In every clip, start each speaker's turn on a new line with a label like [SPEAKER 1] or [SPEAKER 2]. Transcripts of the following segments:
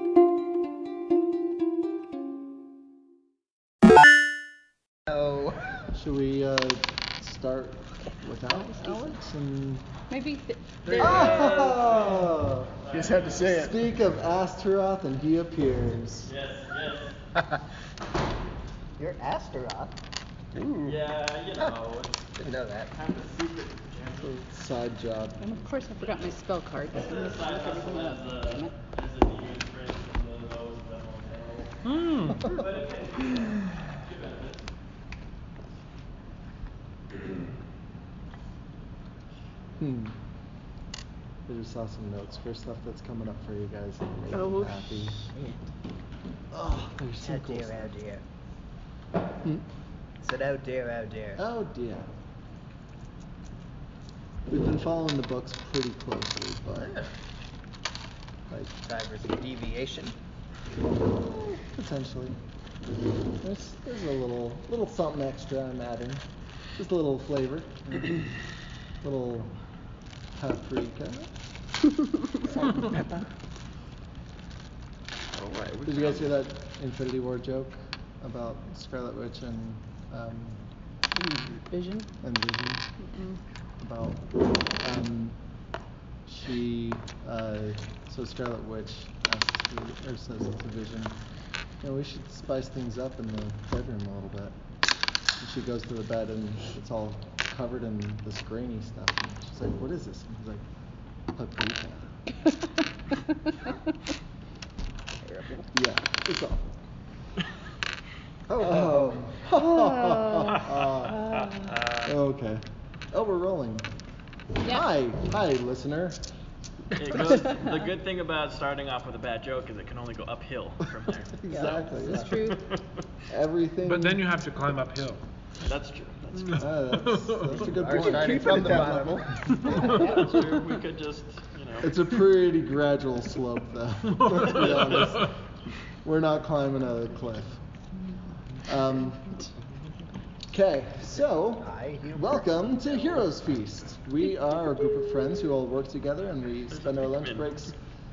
[SPEAKER 1] Oh!
[SPEAKER 2] Should we uh, start without Alex? And
[SPEAKER 3] Maybe. Th-
[SPEAKER 4] There
[SPEAKER 2] oh!
[SPEAKER 4] Just had to say it.
[SPEAKER 2] Speak of Astaroth, and he appears.
[SPEAKER 5] Yes, yes.
[SPEAKER 1] You're Astaroth.
[SPEAKER 4] Ooh.
[SPEAKER 5] Yeah, you know, it's
[SPEAKER 1] Didn't know that.
[SPEAKER 5] kind of a secret. gem.
[SPEAKER 2] Side job.
[SPEAKER 3] and of course, I forgot my spell card.
[SPEAKER 5] This is a side hustle as
[SPEAKER 3] Damn
[SPEAKER 5] a,
[SPEAKER 3] it.
[SPEAKER 5] as a demon prince from the lowest
[SPEAKER 1] Hmm.
[SPEAKER 5] level of hell. But it pays. Give it a bit.
[SPEAKER 2] Hmm. I just saw some notes for stuff that's coming up for you guys. that make you
[SPEAKER 3] Oh,
[SPEAKER 2] happy.
[SPEAKER 1] Shit.
[SPEAKER 2] Oh, there's
[SPEAKER 1] Oh
[SPEAKER 2] some cool
[SPEAKER 1] dear,
[SPEAKER 2] stuff.
[SPEAKER 1] oh dear.
[SPEAKER 2] Hmm.
[SPEAKER 1] Said, oh dear, oh dear.
[SPEAKER 2] Oh dear. We've been following the books pretty closely, but
[SPEAKER 1] Yeah.
[SPEAKER 2] like
[SPEAKER 1] Driver for deviation.
[SPEAKER 2] potentially, there's there's a little little something extra I'm adding, just a little flavor, little paprika.
[SPEAKER 5] uh,
[SPEAKER 4] All right. we
[SPEAKER 2] Did you guys hear
[SPEAKER 4] can-
[SPEAKER 2] that Infinity War joke about Scarlet Witch and um,
[SPEAKER 3] Vision.
[SPEAKER 2] and Vision?
[SPEAKER 3] Mm-mm.
[SPEAKER 2] about um, she uh, so Scarlet Witch uh, asks to, or says to Vision, you know, we should spice things up in the bedroom a little bit. And she goes to the bed and it's all covered in this grainy stuff. And she's like, what is this? And he's like, paprika.
[SPEAKER 1] Terrible.
[SPEAKER 2] Yeah, it's awful.
[SPEAKER 1] Oh,
[SPEAKER 2] Oh.
[SPEAKER 4] Uh,
[SPEAKER 2] okay. Oh, we're rolling.
[SPEAKER 3] Yeah.
[SPEAKER 2] Hi, hi, listener.
[SPEAKER 5] It goes, the good thing about starting off with a bad joke is it can only go uphill from there.
[SPEAKER 2] exactly.
[SPEAKER 3] That's true.
[SPEAKER 2] Everything.
[SPEAKER 6] But then you have to climb uphill.
[SPEAKER 5] That's true. That's true.
[SPEAKER 2] Ah, that's, that's a good
[SPEAKER 1] Ours
[SPEAKER 2] point.
[SPEAKER 1] started from the bottom.
[SPEAKER 5] That's true. We could just, you know.
[SPEAKER 2] It's a pretty gradual slope, though. Let's be honest. We're not climbing a cliff. Um, Okay, so
[SPEAKER 1] I hear-
[SPEAKER 2] welcome to Heroes Feast. We are a group of friends who all work together, and we spend our lunch
[SPEAKER 5] Pikmin.
[SPEAKER 2] breaks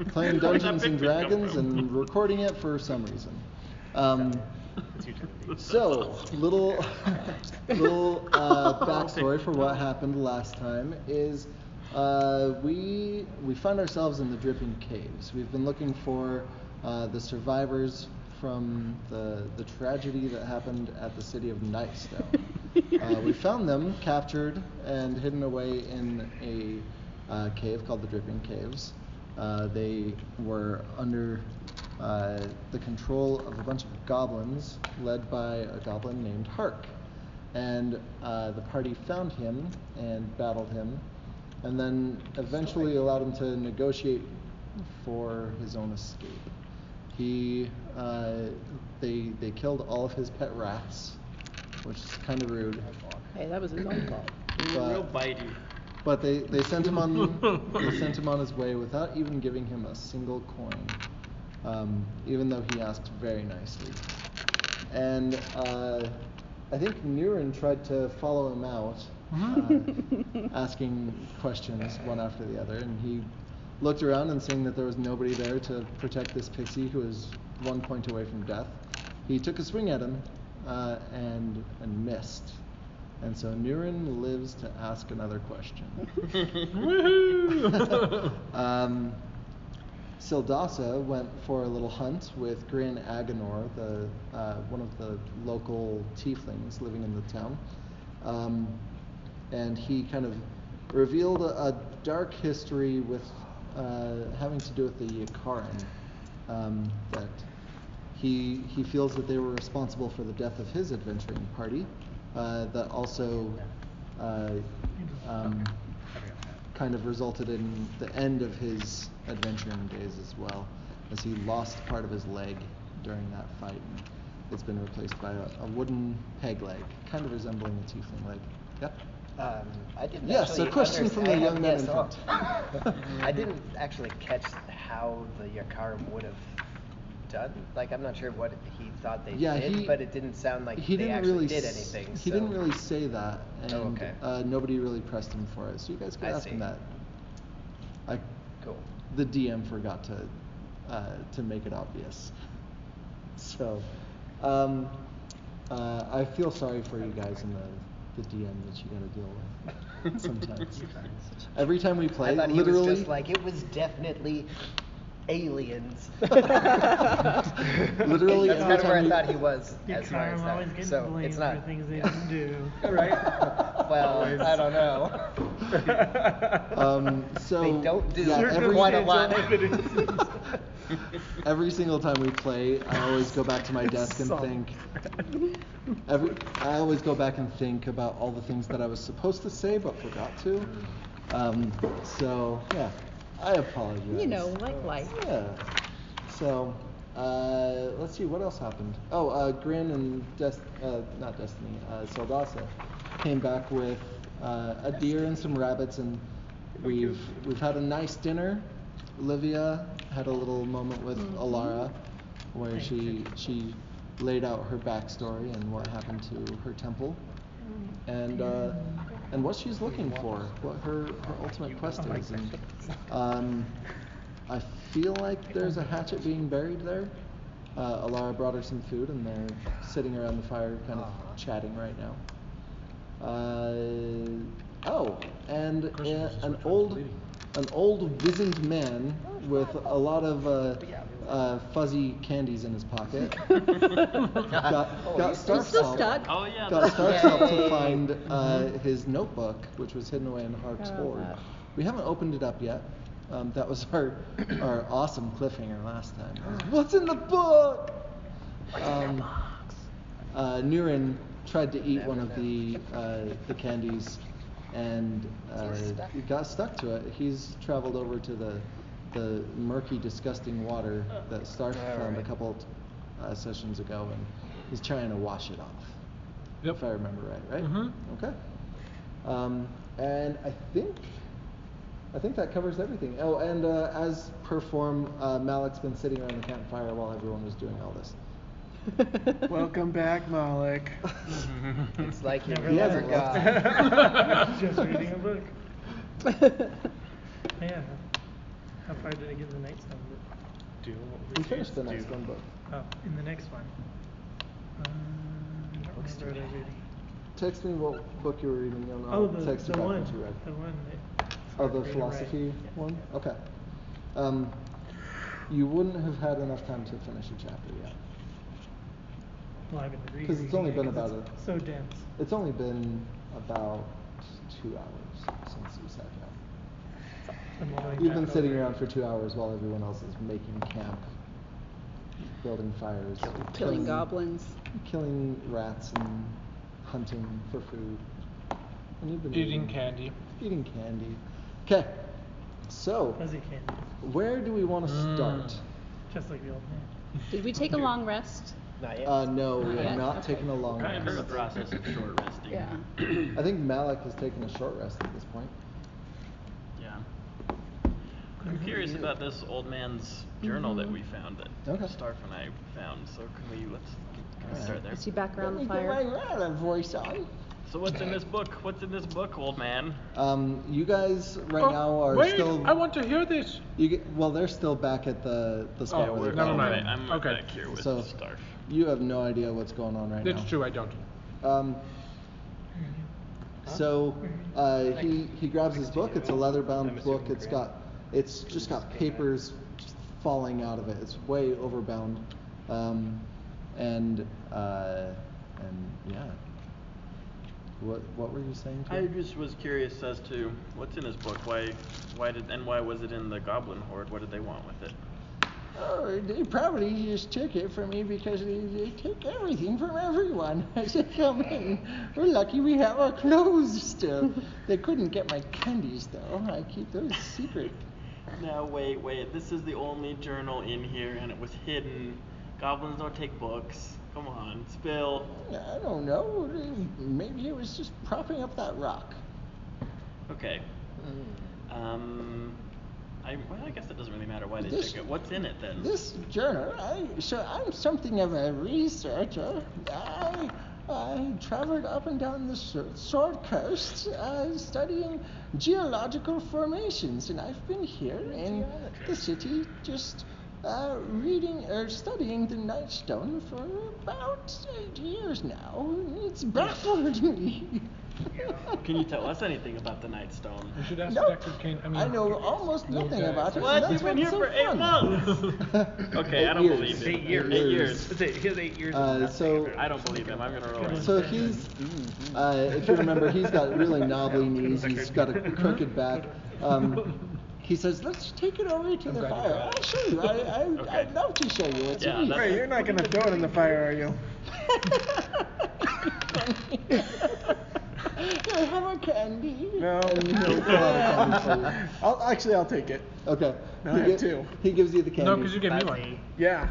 [SPEAKER 2] playing Dungeons
[SPEAKER 5] Where'd that Pikmin come
[SPEAKER 2] and Dragons
[SPEAKER 5] from?
[SPEAKER 2] and recording it for some reason. Um, so, little, little uh, backstory for what happened last time is uh, we we found ourselves in the Dripping Caves. We've been looking for uh, the survivors from the the tragedy that happened at the city of Nightstone. uh, we found them captured and hidden away in a uh, cave called the Dripping Caves. Uh, they were under uh, the control of a bunch of goblins led by a goblin named Hark. And uh, the party found him and battled him, and then eventually allowed him to negotiate for his own escape. He, uh, they, they killed all of his pet rats, which is kind of rude.
[SPEAKER 3] Hey, that was his own fault.
[SPEAKER 2] but-
[SPEAKER 5] Real bitey.
[SPEAKER 2] but they, they sent him on they sent him on his way without even giving him a single coin, um, even though he asked very nicely. And uh, I think Nurin tried to follow him out, uh, asking questions one after the other, and he looked around and seeing that there was nobody there to protect this pixie who was one point away from death, he took a swing at him uh, and and missed. And so Nurin lives to ask another question.
[SPEAKER 6] Woohoo!
[SPEAKER 2] Um, Sildasa went for a little hunt with Grin Agenor, the uh, one of the local tieflings living in the town, um, and he kind of revealed a, a dark history with uh, having to do with the Yakaran. Um, that he he feels that they were responsible for the death of his adventuring party. Uh, that also. Uh, um, kind of resulted in the end of his adventuring days as well, as he lost part of his leg during that fight. And it's been replaced by a, a wooden peg leg, kind of resembling a tiefling leg. Yep.
[SPEAKER 1] Um, I didn't
[SPEAKER 2] Yes,
[SPEAKER 1] actually
[SPEAKER 2] a question
[SPEAKER 1] underst-
[SPEAKER 2] from the
[SPEAKER 1] I have-
[SPEAKER 2] young man
[SPEAKER 1] yes,
[SPEAKER 2] in
[SPEAKER 1] oh.
[SPEAKER 2] front.
[SPEAKER 1] I didn't actually catch how the Yakaram would have done. Like, I'm not sure what he thought they
[SPEAKER 2] Yeah,
[SPEAKER 1] did,
[SPEAKER 2] he-
[SPEAKER 1] but it didn't sound like
[SPEAKER 2] he
[SPEAKER 1] they
[SPEAKER 2] didn't
[SPEAKER 1] actually
[SPEAKER 2] really
[SPEAKER 1] did
[SPEAKER 2] s-
[SPEAKER 1] anything.
[SPEAKER 2] He didn't
[SPEAKER 1] so-
[SPEAKER 2] really say that, and
[SPEAKER 1] Oh, okay.
[SPEAKER 2] uh, nobody really pressed him for it. So you guys could
[SPEAKER 1] I
[SPEAKER 2] ask
[SPEAKER 1] see.
[SPEAKER 2] him that. I,
[SPEAKER 1] Cool.
[SPEAKER 2] the DM forgot to uh, to make it obvious. So, um, Uh, I feel sorry for you guys in the, the DM that you gotta deal with sometimes. Every time we play,
[SPEAKER 1] I thought
[SPEAKER 2] literally.
[SPEAKER 1] he was just like it was definitely aliens.
[SPEAKER 2] Literally
[SPEAKER 1] that's kind
[SPEAKER 2] every
[SPEAKER 1] of where
[SPEAKER 2] time
[SPEAKER 1] I
[SPEAKER 2] you-
[SPEAKER 1] thought he was
[SPEAKER 6] Your
[SPEAKER 1] as far
[SPEAKER 6] car
[SPEAKER 1] as
[SPEAKER 6] always
[SPEAKER 1] that.
[SPEAKER 6] gets
[SPEAKER 1] So
[SPEAKER 6] blamed
[SPEAKER 1] it's not.
[SPEAKER 6] for things they
[SPEAKER 1] yeah.
[SPEAKER 6] didn't do.
[SPEAKER 2] Right?
[SPEAKER 1] Well, I don't know.
[SPEAKER 2] Um, so
[SPEAKER 1] They don't do
[SPEAKER 2] yeah,
[SPEAKER 1] that
[SPEAKER 2] every,
[SPEAKER 1] quite a lot.
[SPEAKER 2] every single time we play, I always go back to my desk and think. Every, I always go back and think about all the things that I was supposed to say but forgot to. Um, so yeah, I apologize.
[SPEAKER 3] You know, like life.
[SPEAKER 2] Yeah. So, uh, let's see what else happened. Oh, uh, Grin and Des- uh, not Destiny, uh, Soldasa came back with uh, a deer and some rabbits, and we've we've had a nice dinner. Olivia had a little moment with Alara, where she she laid out her backstory and what happened to her temple, and uh, and what she's looking for, what her, her ultimate quest is. And, um, I feel like there's a hatchet being buried there. Uh, Alara brought her some food, and they're sitting around the fire, kind of
[SPEAKER 1] Aw.
[SPEAKER 2] chatting right now. Uh, oh, and uh, an old, an old wizened man with a lot of uh, uh, fuzzy candies in his pocket got,
[SPEAKER 1] Oh,
[SPEAKER 2] got
[SPEAKER 1] he's
[SPEAKER 2] Starf's
[SPEAKER 3] still
[SPEAKER 2] help-
[SPEAKER 3] stuck.
[SPEAKER 5] Oh, yeah.
[SPEAKER 2] Got
[SPEAKER 5] that's-
[SPEAKER 2] Starf's help to
[SPEAKER 1] Yay.
[SPEAKER 2] find uh, his notebook, which was hidden away in Harp's
[SPEAKER 3] Oh,
[SPEAKER 2] hoard.
[SPEAKER 3] wow.
[SPEAKER 2] We haven't opened it up yet. Um, that was our our awesome cliffhanger last time. What's in the book? Um, uh, Nurin tried to eat one of the uh, the candies and uh, he got stuck to it. He's traveled over to the the murky, disgusting water that Starf
[SPEAKER 1] All
[SPEAKER 2] found a
[SPEAKER 1] right.
[SPEAKER 2] couple uh, sessions ago, and he's trying to wash it off. If I remember right, right?
[SPEAKER 6] Mhm.
[SPEAKER 2] Okay. Um, and I think I think that covers everything. Oh, and uh, as per form, uh, Malik's been sitting around the campfire while everyone was doing all this.
[SPEAKER 4] Welcome back, Malik.
[SPEAKER 1] It's like you
[SPEAKER 6] Never
[SPEAKER 1] never, never
[SPEAKER 2] hasn't left.
[SPEAKER 1] got.
[SPEAKER 6] Just reading a book. Yeah. How far did I get in the next one?
[SPEAKER 2] We finished the next one, but
[SPEAKER 6] Oh, in the next one. Um, I don't remember what I read.
[SPEAKER 2] text me what book you were reading. and I'll
[SPEAKER 6] Oh, the,
[SPEAKER 2] text you
[SPEAKER 6] the
[SPEAKER 2] back
[SPEAKER 6] one,
[SPEAKER 2] what you read.
[SPEAKER 6] the one that.
[SPEAKER 2] Oh, the
[SPEAKER 6] Right, right.
[SPEAKER 2] philosophy
[SPEAKER 6] Yeah.
[SPEAKER 2] one? Okay. Um, you wouldn't have had enough time to finish a chapter yet.
[SPEAKER 6] Well, I've been
[SPEAKER 2] 'Cause it's only
[SPEAKER 6] rereading
[SPEAKER 2] been
[SPEAKER 6] it 'cause
[SPEAKER 2] about
[SPEAKER 6] it's
[SPEAKER 2] a-
[SPEAKER 6] So dense.
[SPEAKER 2] It's only been about two hours since you sat down.
[SPEAKER 6] I'm going
[SPEAKER 2] You've been
[SPEAKER 6] back
[SPEAKER 2] sitting
[SPEAKER 6] over it.
[SPEAKER 2] around for two hours while everyone else is making camp, building fires,
[SPEAKER 3] Killing goblins.
[SPEAKER 2] killing rats, and hunting for food. And you've been
[SPEAKER 7] Eating candy.
[SPEAKER 2] Eating candy. Okay. So,
[SPEAKER 6] Fuzzy candy,
[SPEAKER 2] where do we want to
[SPEAKER 7] Mm.
[SPEAKER 2] start?
[SPEAKER 6] just like the old man.
[SPEAKER 3] Did we take a long rest?
[SPEAKER 1] Not yet.
[SPEAKER 2] Uh, no, we
[SPEAKER 3] Yeah,
[SPEAKER 2] have not
[SPEAKER 3] okay.
[SPEAKER 2] taken a long
[SPEAKER 5] Kind of in the
[SPEAKER 2] rest.
[SPEAKER 5] process of short resting.
[SPEAKER 3] Yeah.
[SPEAKER 2] I think Malik has taken a short rest at this point.
[SPEAKER 5] Yeah. I'm curious about this old man's journal that we found that
[SPEAKER 2] Okay.
[SPEAKER 5] Starf and I found. So can we let's can we
[SPEAKER 2] Alright.
[SPEAKER 5] start there?
[SPEAKER 3] Is he back around the fire?
[SPEAKER 2] voice on.
[SPEAKER 5] So what's in this book? What's in this book, old man?
[SPEAKER 2] Um, you guys right
[SPEAKER 7] Oh,
[SPEAKER 2] now are
[SPEAKER 7] wait,
[SPEAKER 2] still.
[SPEAKER 7] I want to hear this.
[SPEAKER 2] You get, well, they're still back at the
[SPEAKER 5] Oh,
[SPEAKER 2] the spot where
[SPEAKER 7] we're-
[SPEAKER 2] they
[SPEAKER 7] never
[SPEAKER 2] found him.
[SPEAKER 7] mind.
[SPEAKER 5] I'm
[SPEAKER 7] Okay.
[SPEAKER 5] back here with
[SPEAKER 2] So-
[SPEAKER 5] Starf.
[SPEAKER 2] You have no idea what's going on right
[SPEAKER 7] That's
[SPEAKER 2] now.
[SPEAKER 7] true, I don't.
[SPEAKER 2] Um, so uh, he he grabs his book. It's a leather-bound book. It's got it's just got papers just falling out of it. It's way overbound, um, and uh, and yeah. What what were you saying? To
[SPEAKER 5] I
[SPEAKER 2] him?
[SPEAKER 5] just was curious as to what's in his book. Why, why did and why was it in the Goblin Horde? What did they want with it?
[SPEAKER 2] Oh, they probably just took it from me because they, they take everything from everyone as they come in. We're lucky we have our clothes still. they couldn't get my candies though. I keep those secret.
[SPEAKER 5] No, wait, wait. This is the only journal in here, and it was hidden. Goblins don't take books. Come on, spill.
[SPEAKER 2] I don't know. Maybe it was just propping up that rock.
[SPEAKER 5] Okay. Um, I well, I guess it doesn't really matter why they
[SPEAKER 2] This-
[SPEAKER 5] took it. What's in it then?
[SPEAKER 2] This journal, I so I'm something of a researcher. I I traveled up and down the Sor- Sword Coast, uh, studying geological formations, and I've been here in the city just uh, reading or studying the Nightstone for about eight years now. It's baffled me.
[SPEAKER 5] Can you tell us anything about the Nightstone?
[SPEAKER 6] You should ask
[SPEAKER 2] Nope.
[SPEAKER 6] Dr. Kane. I mean,
[SPEAKER 2] know almost
[SPEAKER 6] no
[SPEAKER 2] nothing
[SPEAKER 6] guy.
[SPEAKER 2] about it.
[SPEAKER 5] What?
[SPEAKER 2] That's
[SPEAKER 5] You've been
[SPEAKER 2] what's
[SPEAKER 5] here
[SPEAKER 2] so
[SPEAKER 5] for eight
[SPEAKER 2] fun.
[SPEAKER 5] months. okay,
[SPEAKER 2] Eight
[SPEAKER 5] I don't
[SPEAKER 2] years.
[SPEAKER 5] believe it.
[SPEAKER 2] Eight years.
[SPEAKER 5] Eight years.
[SPEAKER 2] Eight
[SPEAKER 6] It's eight, his eight years.
[SPEAKER 2] Uh,
[SPEAKER 6] of nothing.
[SPEAKER 2] so-
[SPEAKER 5] I don't believe him. I'm gonna roll. it.
[SPEAKER 2] So he's, uh, if you remember, he's got really knobbly knees. He's got a crooked back. Um, he says, "Let's take it over to the
[SPEAKER 6] glad you
[SPEAKER 2] fire.
[SPEAKER 6] brought
[SPEAKER 2] I'll show you. I, I,
[SPEAKER 5] Okay.
[SPEAKER 2] I'd love to show you. It's
[SPEAKER 5] Yeah,
[SPEAKER 2] neat."
[SPEAKER 5] that's-
[SPEAKER 4] Wait, you're not gonna throw it in the fire, are you?
[SPEAKER 2] Here, have a candy.
[SPEAKER 4] No.
[SPEAKER 2] And he'll pull out a candy for
[SPEAKER 4] I'll, actually, I'll take it.
[SPEAKER 2] you. Okay.
[SPEAKER 4] No,
[SPEAKER 2] he
[SPEAKER 4] I have
[SPEAKER 2] gi-
[SPEAKER 4] two.
[SPEAKER 2] He gives you the candy.
[SPEAKER 6] no, because you gave me one.
[SPEAKER 4] Yeah,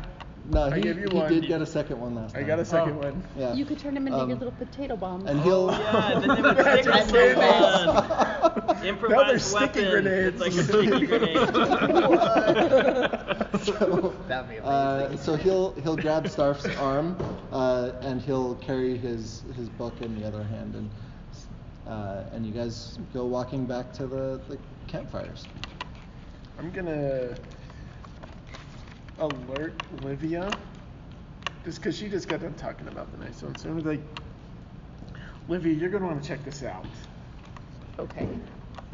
[SPEAKER 2] No,
[SPEAKER 4] I
[SPEAKER 2] he,
[SPEAKER 4] gave you
[SPEAKER 2] he
[SPEAKER 4] one.
[SPEAKER 2] did get a second one last
[SPEAKER 4] I
[SPEAKER 2] time.
[SPEAKER 4] got a second one.
[SPEAKER 2] Yeah.
[SPEAKER 3] You could turn him into
[SPEAKER 2] Um,
[SPEAKER 3] your little potato bomb. Oh,
[SPEAKER 2] And he'll.
[SPEAKER 5] Yeah, then they would stick us so
[SPEAKER 4] amazing.
[SPEAKER 5] bad. Improvised
[SPEAKER 4] sticky
[SPEAKER 5] weapon.
[SPEAKER 4] grenades.
[SPEAKER 5] It's like a sticky grenade.
[SPEAKER 2] so,
[SPEAKER 1] That'd be
[SPEAKER 2] uh,
[SPEAKER 1] amazing.
[SPEAKER 2] so he'll he'll grab Starf's arm uh, and he'll carry his his book in the other hand, and uh, and you guys go walking back to the, the campfires.
[SPEAKER 4] I'm gonna alert Livia, just because she just got done talking about the nice one. So I'm gonna be like, Livia, you're gonna want to check this out.
[SPEAKER 3] Okay.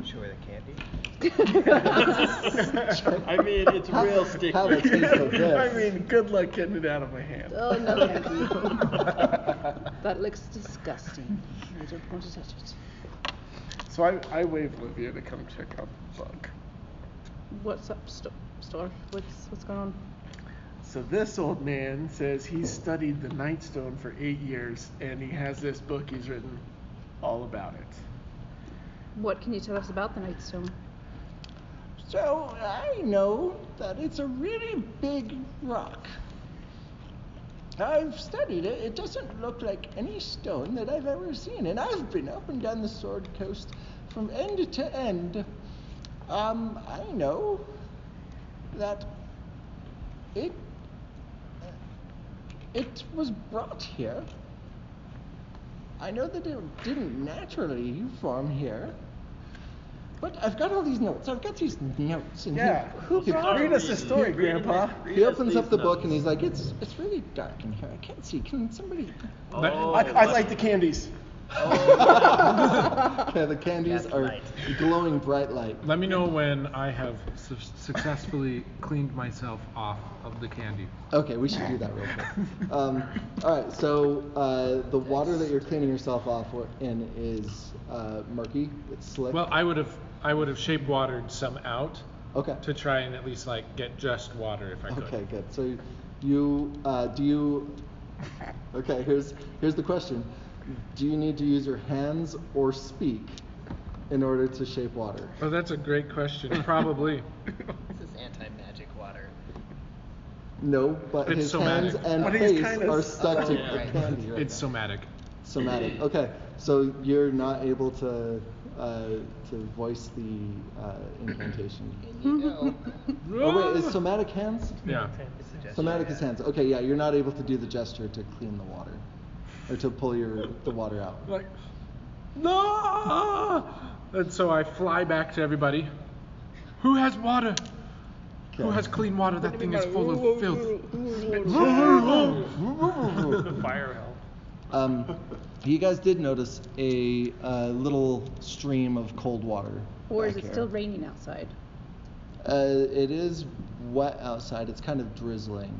[SPEAKER 1] Show her the candy.
[SPEAKER 5] I mean, it's
[SPEAKER 2] How-
[SPEAKER 5] real sticky.
[SPEAKER 2] how it Oh, tastes so good.
[SPEAKER 4] I mean, good luck getting it out of my hand.
[SPEAKER 3] Oh, no, Andy. That looks disgusting. I don't want to touch it.
[SPEAKER 4] So I, I wave Livia to come check out the book.
[SPEAKER 3] What's up, Sto- Star? What's, what's going on?
[SPEAKER 4] So this old man says he studied the Nightstone for eight years, and he has this book he's written all about it.
[SPEAKER 3] What can you tell us about the Nightstone?
[SPEAKER 2] So I know that it's a really big rock. I've studied it. It doesn't look like any stone that I've ever seen, and I've been up and down the Sword Coast from end to end. Um, I know that it it was brought here. I know that it didn't naturally form here. But I've got all these notes. I've got these notes. And he-
[SPEAKER 4] Yeah.
[SPEAKER 2] who
[SPEAKER 5] Who
[SPEAKER 2] brought
[SPEAKER 5] brought
[SPEAKER 4] Read us the
[SPEAKER 5] these?
[SPEAKER 4] story,
[SPEAKER 5] Who created
[SPEAKER 4] Grandpa.
[SPEAKER 5] this? Read
[SPEAKER 2] he
[SPEAKER 5] us
[SPEAKER 2] opens
[SPEAKER 5] these
[SPEAKER 2] up the book
[SPEAKER 5] notes.
[SPEAKER 2] and he's like, "It's it's really dark in here. I can't see. Can somebody?"
[SPEAKER 5] Oh,
[SPEAKER 4] I, I like the candies.
[SPEAKER 2] Okay, the candies
[SPEAKER 5] That's
[SPEAKER 2] are
[SPEAKER 5] light.
[SPEAKER 2] glowing bright light.
[SPEAKER 6] Oh. Let me know when I have su- successfully cleaned myself off of the candy.
[SPEAKER 2] Okay, we should do that real quick. Um, all right, so uh, the water that you're cleaning yourself off wi- in is uh, murky. It's slick.
[SPEAKER 6] Well, I would have I would have shape watered some out
[SPEAKER 2] okay.
[SPEAKER 6] to try and at least like get just water if I could.
[SPEAKER 2] Okay, good. So you uh, do you? Okay, here's here's the question: Do you need to use your hands or speak in order to shape water?
[SPEAKER 6] Well, Oh, that's a great question. Probably.
[SPEAKER 1] This is anti-magic water.
[SPEAKER 2] No, but
[SPEAKER 6] It's
[SPEAKER 2] his
[SPEAKER 6] somatic.
[SPEAKER 2] hands and
[SPEAKER 4] But he's
[SPEAKER 2] face
[SPEAKER 4] kind of-
[SPEAKER 2] are stuck to
[SPEAKER 5] Oh,
[SPEAKER 2] the
[SPEAKER 5] right.
[SPEAKER 2] candy. Right
[SPEAKER 6] it's
[SPEAKER 2] now.
[SPEAKER 6] somatic.
[SPEAKER 2] somatic. Okay, so you're not able to uh, to voice the uh, incantation.
[SPEAKER 1] You know.
[SPEAKER 2] oh wait, is somatic hands?
[SPEAKER 6] Yeah.
[SPEAKER 1] it's a gesture,
[SPEAKER 2] Somatic
[SPEAKER 1] yeah.
[SPEAKER 2] is hands. Okay, yeah, you're not able to do the gesture to clean the water, or to pull your the water out.
[SPEAKER 6] Like, no! And so I fly back to everybody. Who has water? Who
[SPEAKER 2] Okay.
[SPEAKER 6] has clean water? That thing is full of filth.
[SPEAKER 2] Fire Um, you guys did notice a uh, little stream of cold water.
[SPEAKER 3] Or is
[SPEAKER 2] back
[SPEAKER 3] it
[SPEAKER 2] here.
[SPEAKER 3] still raining outside?
[SPEAKER 2] Uh, it is wet outside. It's kind of drizzling.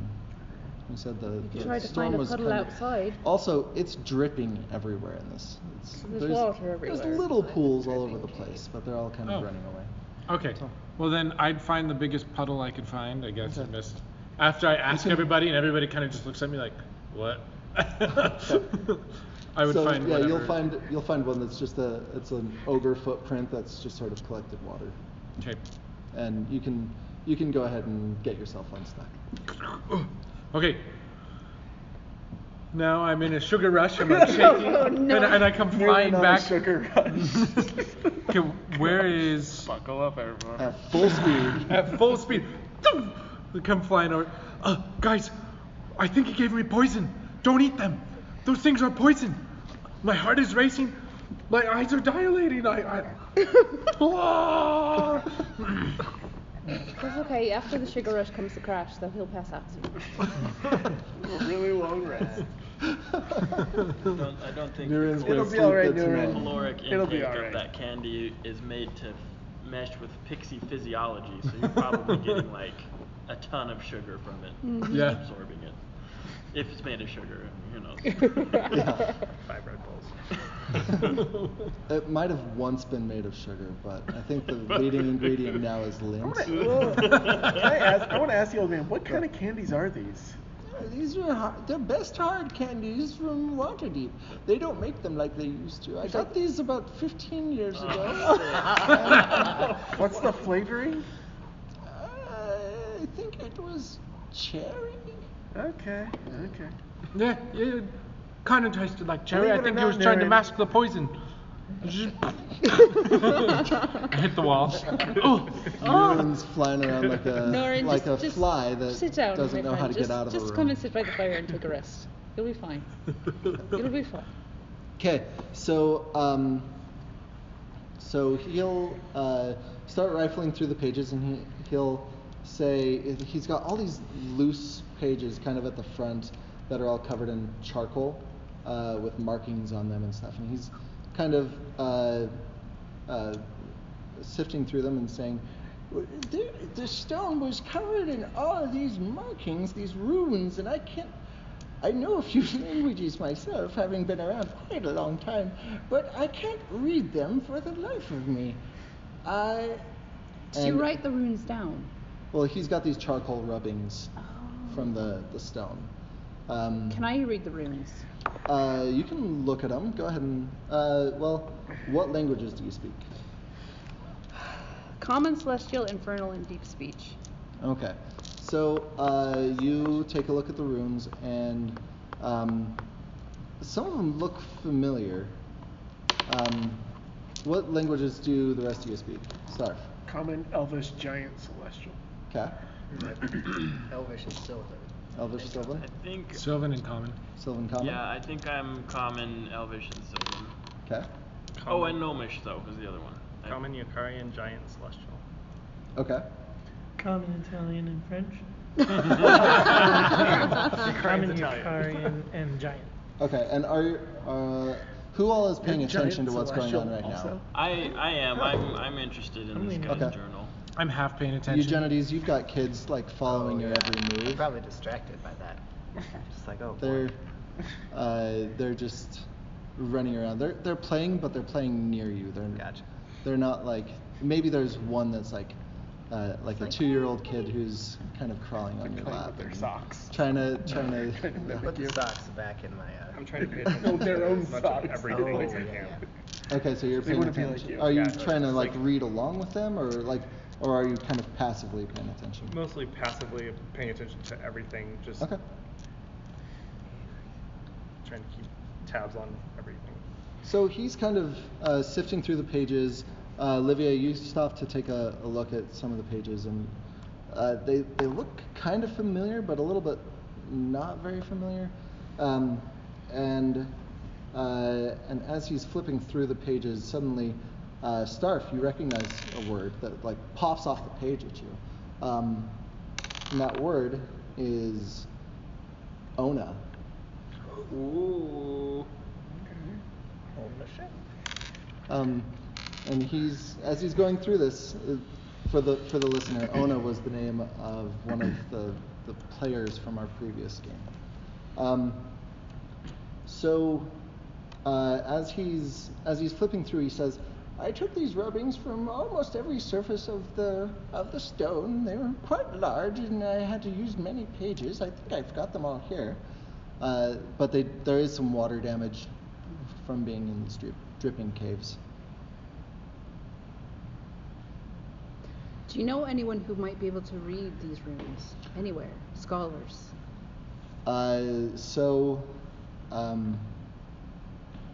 [SPEAKER 2] We said the,
[SPEAKER 3] You
[SPEAKER 2] the
[SPEAKER 3] tried to
[SPEAKER 2] storm
[SPEAKER 3] find a
[SPEAKER 2] was
[SPEAKER 3] puddle
[SPEAKER 2] kind of-
[SPEAKER 3] outside.
[SPEAKER 2] Also, it's dripping everywhere in this. It's,
[SPEAKER 3] So there's water everywhere.
[SPEAKER 2] There's little pools all over the place, but they're all kind of
[SPEAKER 6] Oh.
[SPEAKER 2] running away.
[SPEAKER 6] Okay. Well, then I'd find the biggest puddle I could find. I guess I missed. After I ask everybody, and everybody kind of just looks at me like, "What?" I would
[SPEAKER 2] so,
[SPEAKER 6] find
[SPEAKER 2] yeah,
[SPEAKER 6] whatever.
[SPEAKER 2] you'll find you'll find one that's just a it's an ogre footprint that's just sort of collected water,
[SPEAKER 6] Okay.
[SPEAKER 2] and you can you can go ahead and get yourself unstuck.
[SPEAKER 6] Okay. Now I'm in a sugar rush. I'm like shaking, and, and I come flying
[SPEAKER 4] You're not a
[SPEAKER 6] back.
[SPEAKER 4] Sugar rush.
[SPEAKER 6] Okay, where is
[SPEAKER 5] Buckle up, everyone.
[SPEAKER 2] At full speed.
[SPEAKER 6] at full speed? Dum! They come flying over. Uh, guys, I think he gave me poison. Don't eat them. Those things are poison. My heart is racing. My eyes are dilating. I. I... Ah!
[SPEAKER 3] That's okay. After the sugar rush comes the crash, though he'll pass out soon.
[SPEAKER 4] A really long rest.
[SPEAKER 5] I don't, uh, I don't think
[SPEAKER 2] Nuren's
[SPEAKER 5] the
[SPEAKER 2] gonna
[SPEAKER 4] It'll be
[SPEAKER 2] sleep
[SPEAKER 4] all right,
[SPEAKER 2] it tonight.
[SPEAKER 4] Nuren.
[SPEAKER 5] caloric
[SPEAKER 4] It'll be
[SPEAKER 5] intake
[SPEAKER 4] all right.
[SPEAKER 5] of that candy is made to mesh with pixie physiology, so you're probably getting like a ton of sugar from it,
[SPEAKER 6] Yeah.
[SPEAKER 5] absorbing it. If it's made of sugar, I mean, who knows?
[SPEAKER 1] Five Red Bulls.
[SPEAKER 2] It might have once been made of sugar, but I think the leading ingredient now is lint.
[SPEAKER 4] Whoa. oh, Can I ask? I want to ask the old man, what kind of candies are these?
[SPEAKER 2] These are hard, the best hard candies from Waterdeep. They don't make them like they used to. I got these about 15 years ago.
[SPEAKER 4] What's the flavoring?
[SPEAKER 2] Uh, I think it was cherry.
[SPEAKER 4] Okay, okay.
[SPEAKER 6] Yeah, yeah, kind of tasted like cherry.
[SPEAKER 4] Believe
[SPEAKER 6] I
[SPEAKER 4] it or
[SPEAKER 6] think he
[SPEAKER 4] not,
[SPEAKER 6] was trying to
[SPEAKER 4] Naren-
[SPEAKER 6] mask the poison. Just hit the wall. oh,
[SPEAKER 2] Nuren's flying around like a
[SPEAKER 3] Norin,
[SPEAKER 2] like
[SPEAKER 3] just,
[SPEAKER 2] a
[SPEAKER 3] just
[SPEAKER 2] fly that
[SPEAKER 3] sit down, my
[SPEAKER 2] doesn't know how
[SPEAKER 3] friend.
[SPEAKER 2] to
[SPEAKER 3] just,
[SPEAKER 2] get out of
[SPEAKER 3] Just
[SPEAKER 2] a room.
[SPEAKER 3] come and sit by the fire and take a rest. You'll be fine. It'll be fine.
[SPEAKER 2] Okay, so um, so he'll uh, start rifling through the pages, and he he'll say he's got all these loose pages kind of at the front that are all covered in charcoal uh, with markings on them and stuff, and he's kind of uh, uh, sifting through them and saying. The, the stone was covered in all these markings, these runes, and I can't I know a few languages myself, having been around quite a long time, but I can't read them for the life of me. I.
[SPEAKER 3] So you
[SPEAKER 2] and-
[SPEAKER 3] write the runes down.
[SPEAKER 2] Well, he's got these charcoal rubbings
[SPEAKER 3] Oh.
[SPEAKER 2] from the, the stone. Um,
[SPEAKER 3] Can I read the runes?
[SPEAKER 2] Uh, you can look at them. Go ahead and. Uh, well, what languages do you speak?
[SPEAKER 3] Common, celestial, infernal, and deep speech.
[SPEAKER 2] Okay. So uh, you take a look at the runes, and um, some of them look familiar. Um, what languages do the rest of you speak? Starf.
[SPEAKER 4] Common Elvish Giant Celestial.
[SPEAKER 2] Okay.
[SPEAKER 1] Elvish and Sylvan.
[SPEAKER 2] Elvish, Sylvan?
[SPEAKER 5] I think,
[SPEAKER 6] Sylvan in common.
[SPEAKER 2] Sylvan Common?
[SPEAKER 5] yeah, I think I'm common, elvish, and sylvan.
[SPEAKER 2] Okay.
[SPEAKER 5] Oh, and gnomish though was the other one. I-
[SPEAKER 7] Common Yukarian Giant Celestial.
[SPEAKER 2] Okay.
[SPEAKER 7] Common Italian and French. Common Yukarian and Giant.
[SPEAKER 2] Okay. And are uh, who all is paying
[SPEAKER 4] And
[SPEAKER 2] attention
[SPEAKER 4] Giant
[SPEAKER 2] to what's going on
[SPEAKER 4] Celestial
[SPEAKER 2] right
[SPEAKER 4] also?
[SPEAKER 5] I I am. I'm I'm interested in this
[SPEAKER 7] leaning
[SPEAKER 5] guy's
[SPEAKER 2] Okay.
[SPEAKER 5] journal.
[SPEAKER 6] I'm half paying
[SPEAKER 2] now?
[SPEAKER 6] attention.
[SPEAKER 2] Eugenides, you've got kids like
[SPEAKER 5] Oh,
[SPEAKER 2] following your every
[SPEAKER 1] I'm
[SPEAKER 2] move.
[SPEAKER 1] probably distracted by that. Just like, oh,
[SPEAKER 2] They're
[SPEAKER 1] boy.
[SPEAKER 2] uh, they're just running around. They're they're playing, but they're playing near you. They're
[SPEAKER 1] Gotcha.
[SPEAKER 2] they're not like maybe there's one that's like uh, like a two year old kid who's kind of crawling on your
[SPEAKER 4] Playing
[SPEAKER 2] lap
[SPEAKER 4] with their
[SPEAKER 2] and
[SPEAKER 4] socks.
[SPEAKER 2] trying to trying to
[SPEAKER 1] Put the socks back in my. Uh,
[SPEAKER 8] I'm trying to pay
[SPEAKER 4] Oh,
[SPEAKER 8] attention
[SPEAKER 4] their
[SPEAKER 8] to
[SPEAKER 4] own
[SPEAKER 8] as much
[SPEAKER 4] socks.
[SPEAKER 8] of everything
[SPEAKER 1] oh,
[SPEAKER 8] as I
[SPEAKER 1] yeah,
[SPEAKER 8] can.
[SPEAKER 2] okay so you're paying
[SPEAKER 4] wanna be like
[SPEAKER 2] attention
[SPEAKER 4] you.
[SPEAKER 2] are you
[SPEAKER 8] Yeah, it's
[SPEAKER 2] trying to
[SPEAKER 8] just
[SPEAKER 2] like
[SPEAKER 8] like-
[SPEAKER 2] read along with them or like or are you kind of passively paying attention
[SPEAKER 8] Mostly passively paying attention to everything, just
[SPEAKER 2] okay
[SPEAKER 8] trying to keep tabs on everything.
[SPEAKER 2] so he's kind of uh, sifting through the pages uh, Olivia you stopped to take a, a look at some of the pages and uh, they they look kind of familiar but a little bit not very familiar um, and Uh, and as he's flipping through the pages, suddenly, uh, Starf, you recognize a word that like pops off the page at you. Um, and that word is Ona.
[SPEAKER 5] Ooh.
[SPEAKER 2] Um, and he's as he's going through this uh, for the for the listener, Ona was the name of one of the the players from our previous game. Um, so uh, as he's as he's flipping through, he says, "I took these rubbings from almost every surface of the of the stone. They were quite large, and I had to use many pages. I think I've got them all here, uh, but they, there is some water damage from being in these drip, dripping caves."
[SPEAKER 3] Do you know anyone who might be able to read these runes? Anywhere? Scholars?
[SPEAKER 2] Uh, so, um,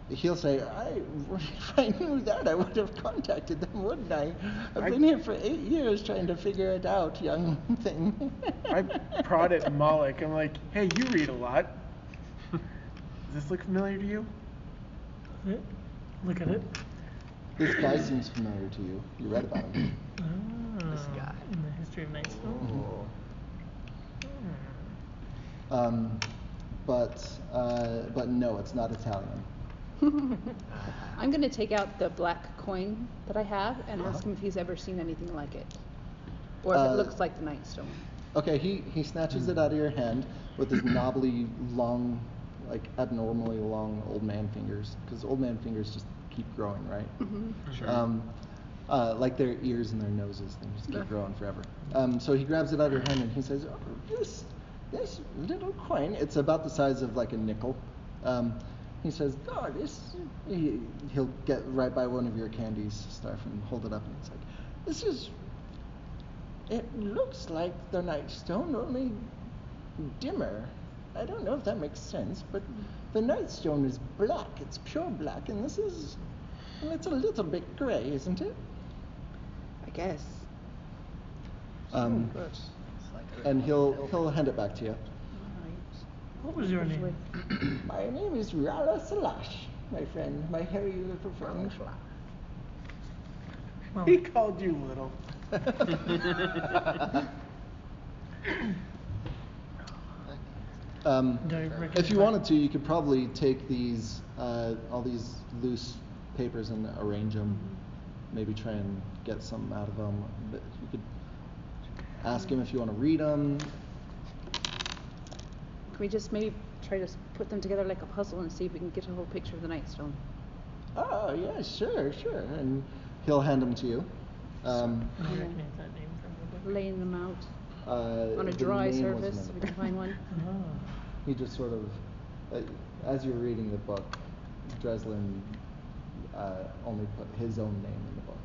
[SPEAKER 2] he'll say, I, if I knew that, I would have contacted them, wouldn't I? I've
[SPEAKER 4] I-
[SPEAKER 2] been here for eight years trying to figure it out, young thing.
[SPEAKER 4] I prod at Moloch. I'm like, hey, you read a lot. Does this look familiar to you?
[SPEAKER 7] Eh, Look at it.
[SPEAKER 2] This guy seems familiar to you. You read about him.
[SPEAKER 7] Ah.
[SPEAKER 1] this
[SPEAKER 7] um,
[SPEAKER 1] guy. Mm.
[SPEAKER 7] In the history of
[SPEAKER 3] Oh.
[SPEAKER 7] Nightstone. Hmm.
[SPEAKER 2] Um, but uh, but no, it's not Italian.
[SPEAKER 3] I'm gonna take out the black coin that I have and ask
[SPEAKER 2] Uh-huh.
[SPEAKER 3] him if he's ever seen anything like it, or if
[SPEAKER 2] Uh,
[SPEAKER 3] it looks like the Nightstone.
[SPEAKER 2] Okay, he, he snatches it out of your hand with his knobbly, long, like abnormally long old man fingers, because old man fingers just keep growing, right?
[SPEAKER 3] Mhm.
[SPEAKER 2] Sure. Um, uh, like their ears and their noses, they just keep growing forever. Um, so he grabs it out of your hand and he says, oh, "This this little coin, it's about the size of like a nickel." Um, he says, "Oh, this." He, he'll get right by one of your candies, stuff, and hold it up, and it's like, "This is it looks like the Nightstone, only dimmer. I don't know if that makes sense, but the Nightstone is black. It's pure black, and this is. Well, it's a little bit gray, isn't it?
[SPEAKER 3] I guess.
[SPEAKER 2] Um,
[SPEAKER 1] It's like a-
[SPEAKER 2] and he'll he'll hand it back to you.
[SPEAKER 7] What was your name?
[SPEAKER 2] My name is Rala Salash, my friend, my hairy little friend.
[SPEAKER 7] Well,
[SPEAKER 4] He called you little.
[SPEAKER 2] um,
[SPEAKER 7] do I recognize
[SPEAKER 2] If you
[SPEAKER 7] that?
[SPEAKER 2] wanted to, you could probably take these, uh, all these loose papers and arrange them. Maybe try and get some out of them. But you could ask him if you want to read them.
[SPEAKER 3] Can we just maybe try to s- put them together like a puzzle and see if we can get a whole picture of the Nightstone?
[SPEAKER 2] Oh yeah, sure, sure. And he'll hand them to you. Um,
[SPEAKER 7] Do I recognize that name from the book?
[SPEAKER 3] Laying them out
[SPEAKER 2] uh,
[SPEAKER 3] on a
[SPEAKER 2] the
[SPEAKER 3] dry
[SPEAKER 2] name was
[SPEAKER 3] surface, if we
[SPEAKER 2] another-
[SPEAKER 3] can find one.
[SPEAKER 7] Ah.
[SPEAKER 2] He just sort of, uh, as you're reading the book, Dreslin uh, only put his own name in the book.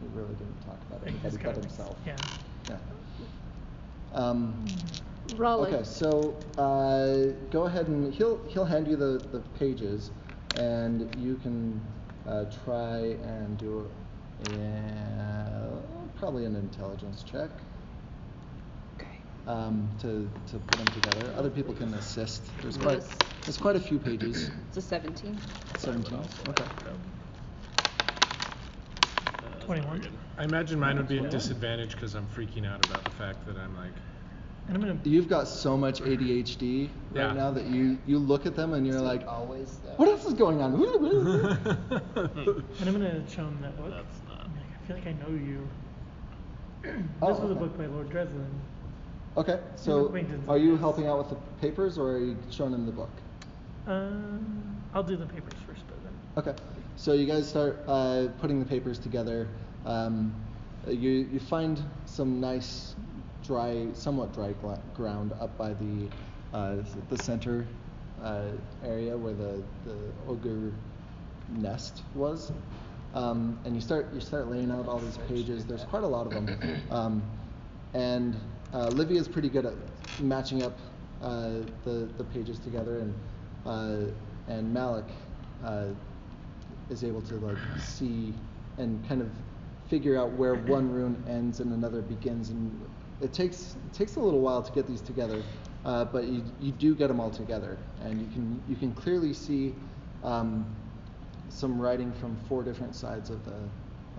[SPEAKER 2] He really didn't talk about
[SPEAKER 7] It
[SPEAKER 2] anybody
[SPEAKER 7] just
[SPEAKER 2] but
[SPEAKER 7] kinda makes-
[SPEAKER 2] himself.
[SPEAKER 7] Yeah.
[SPEAKER 2] Yeah. Um,
[SPEAKER 3] Rollick.
[SPEAKER 2] okay, so uh, go ahead and he'll he'll hand you the, the pages, and you can uh, try and do uh, probably an intelligence check
[SPEAKER 3] Okay.
[SPEAKER 2] um, to to put them together. Other people can assist. There's quite
[SPEAKER 3] Yes.
[SPEAKER 2] there's quite a few pages.
[SPEAKER 3] It's a 17.
[SPEAKER 2] 17. Okay.
[SPEAKER 7] Twenty-one.
[SPEAKER 6] I imagine mine would be
[SPEAKER 2] Yeah.
[SPEAKER 6] a disadvantage because I'm freaking out about the fact that I'm like,
[SPEAKER 7] And I'm gonna.
[SPEAKER 2] You've got so much ADHD right
[SPEAKER 6] Yeah.
[SPEAKER 2] now that you you look at them and you're
[SPEAKER 1] Is it
[SPEAKER 2] like,
[SPEAKER 1] always though?
[SPEAKER 2] what else is going on?
[SPEAKER 7] And I'm gonna show him that book.
[SPEAKER 5] That's not-
[SPEAKER 7] I'm like, I feel like I know you.
[SPEAKER 2] Oh,
[SPEAKER 7] this was
[SPEAKER 2] okay.
[SPEAKER 7] a book by Lord Dreslin.
[SPEAKER 2] Okay, so
[SPEAKER 7] acquaintance
[SPEAKER 2] are you
[SPEAKER 7] is-
[SPEAKER 2] helping out with the papers or are you showing him the book?
[SPEAKER 7] Um, I'll do the papers first, but then.
[SPEAKER 2] Okay, so you guys start uh, putting the papers together. Um, you, you find some nice, dry, somewhat dry gla- ground up by the, uh, is it the center uh, area where the, the ogre nest was. Um, and you start you start laying out all these pages. There's quite a lot of them. Um, and uh, Livia's pretty good at matching up uh, the the pages together, and uh, and Malik uh, is able to like see and kind of figure out where one rune ends and another begins, and it takes it takes a little while to get these together, uh, but you, you do get them all together, and you can you can clearly see. Um, some writing from four different sides of the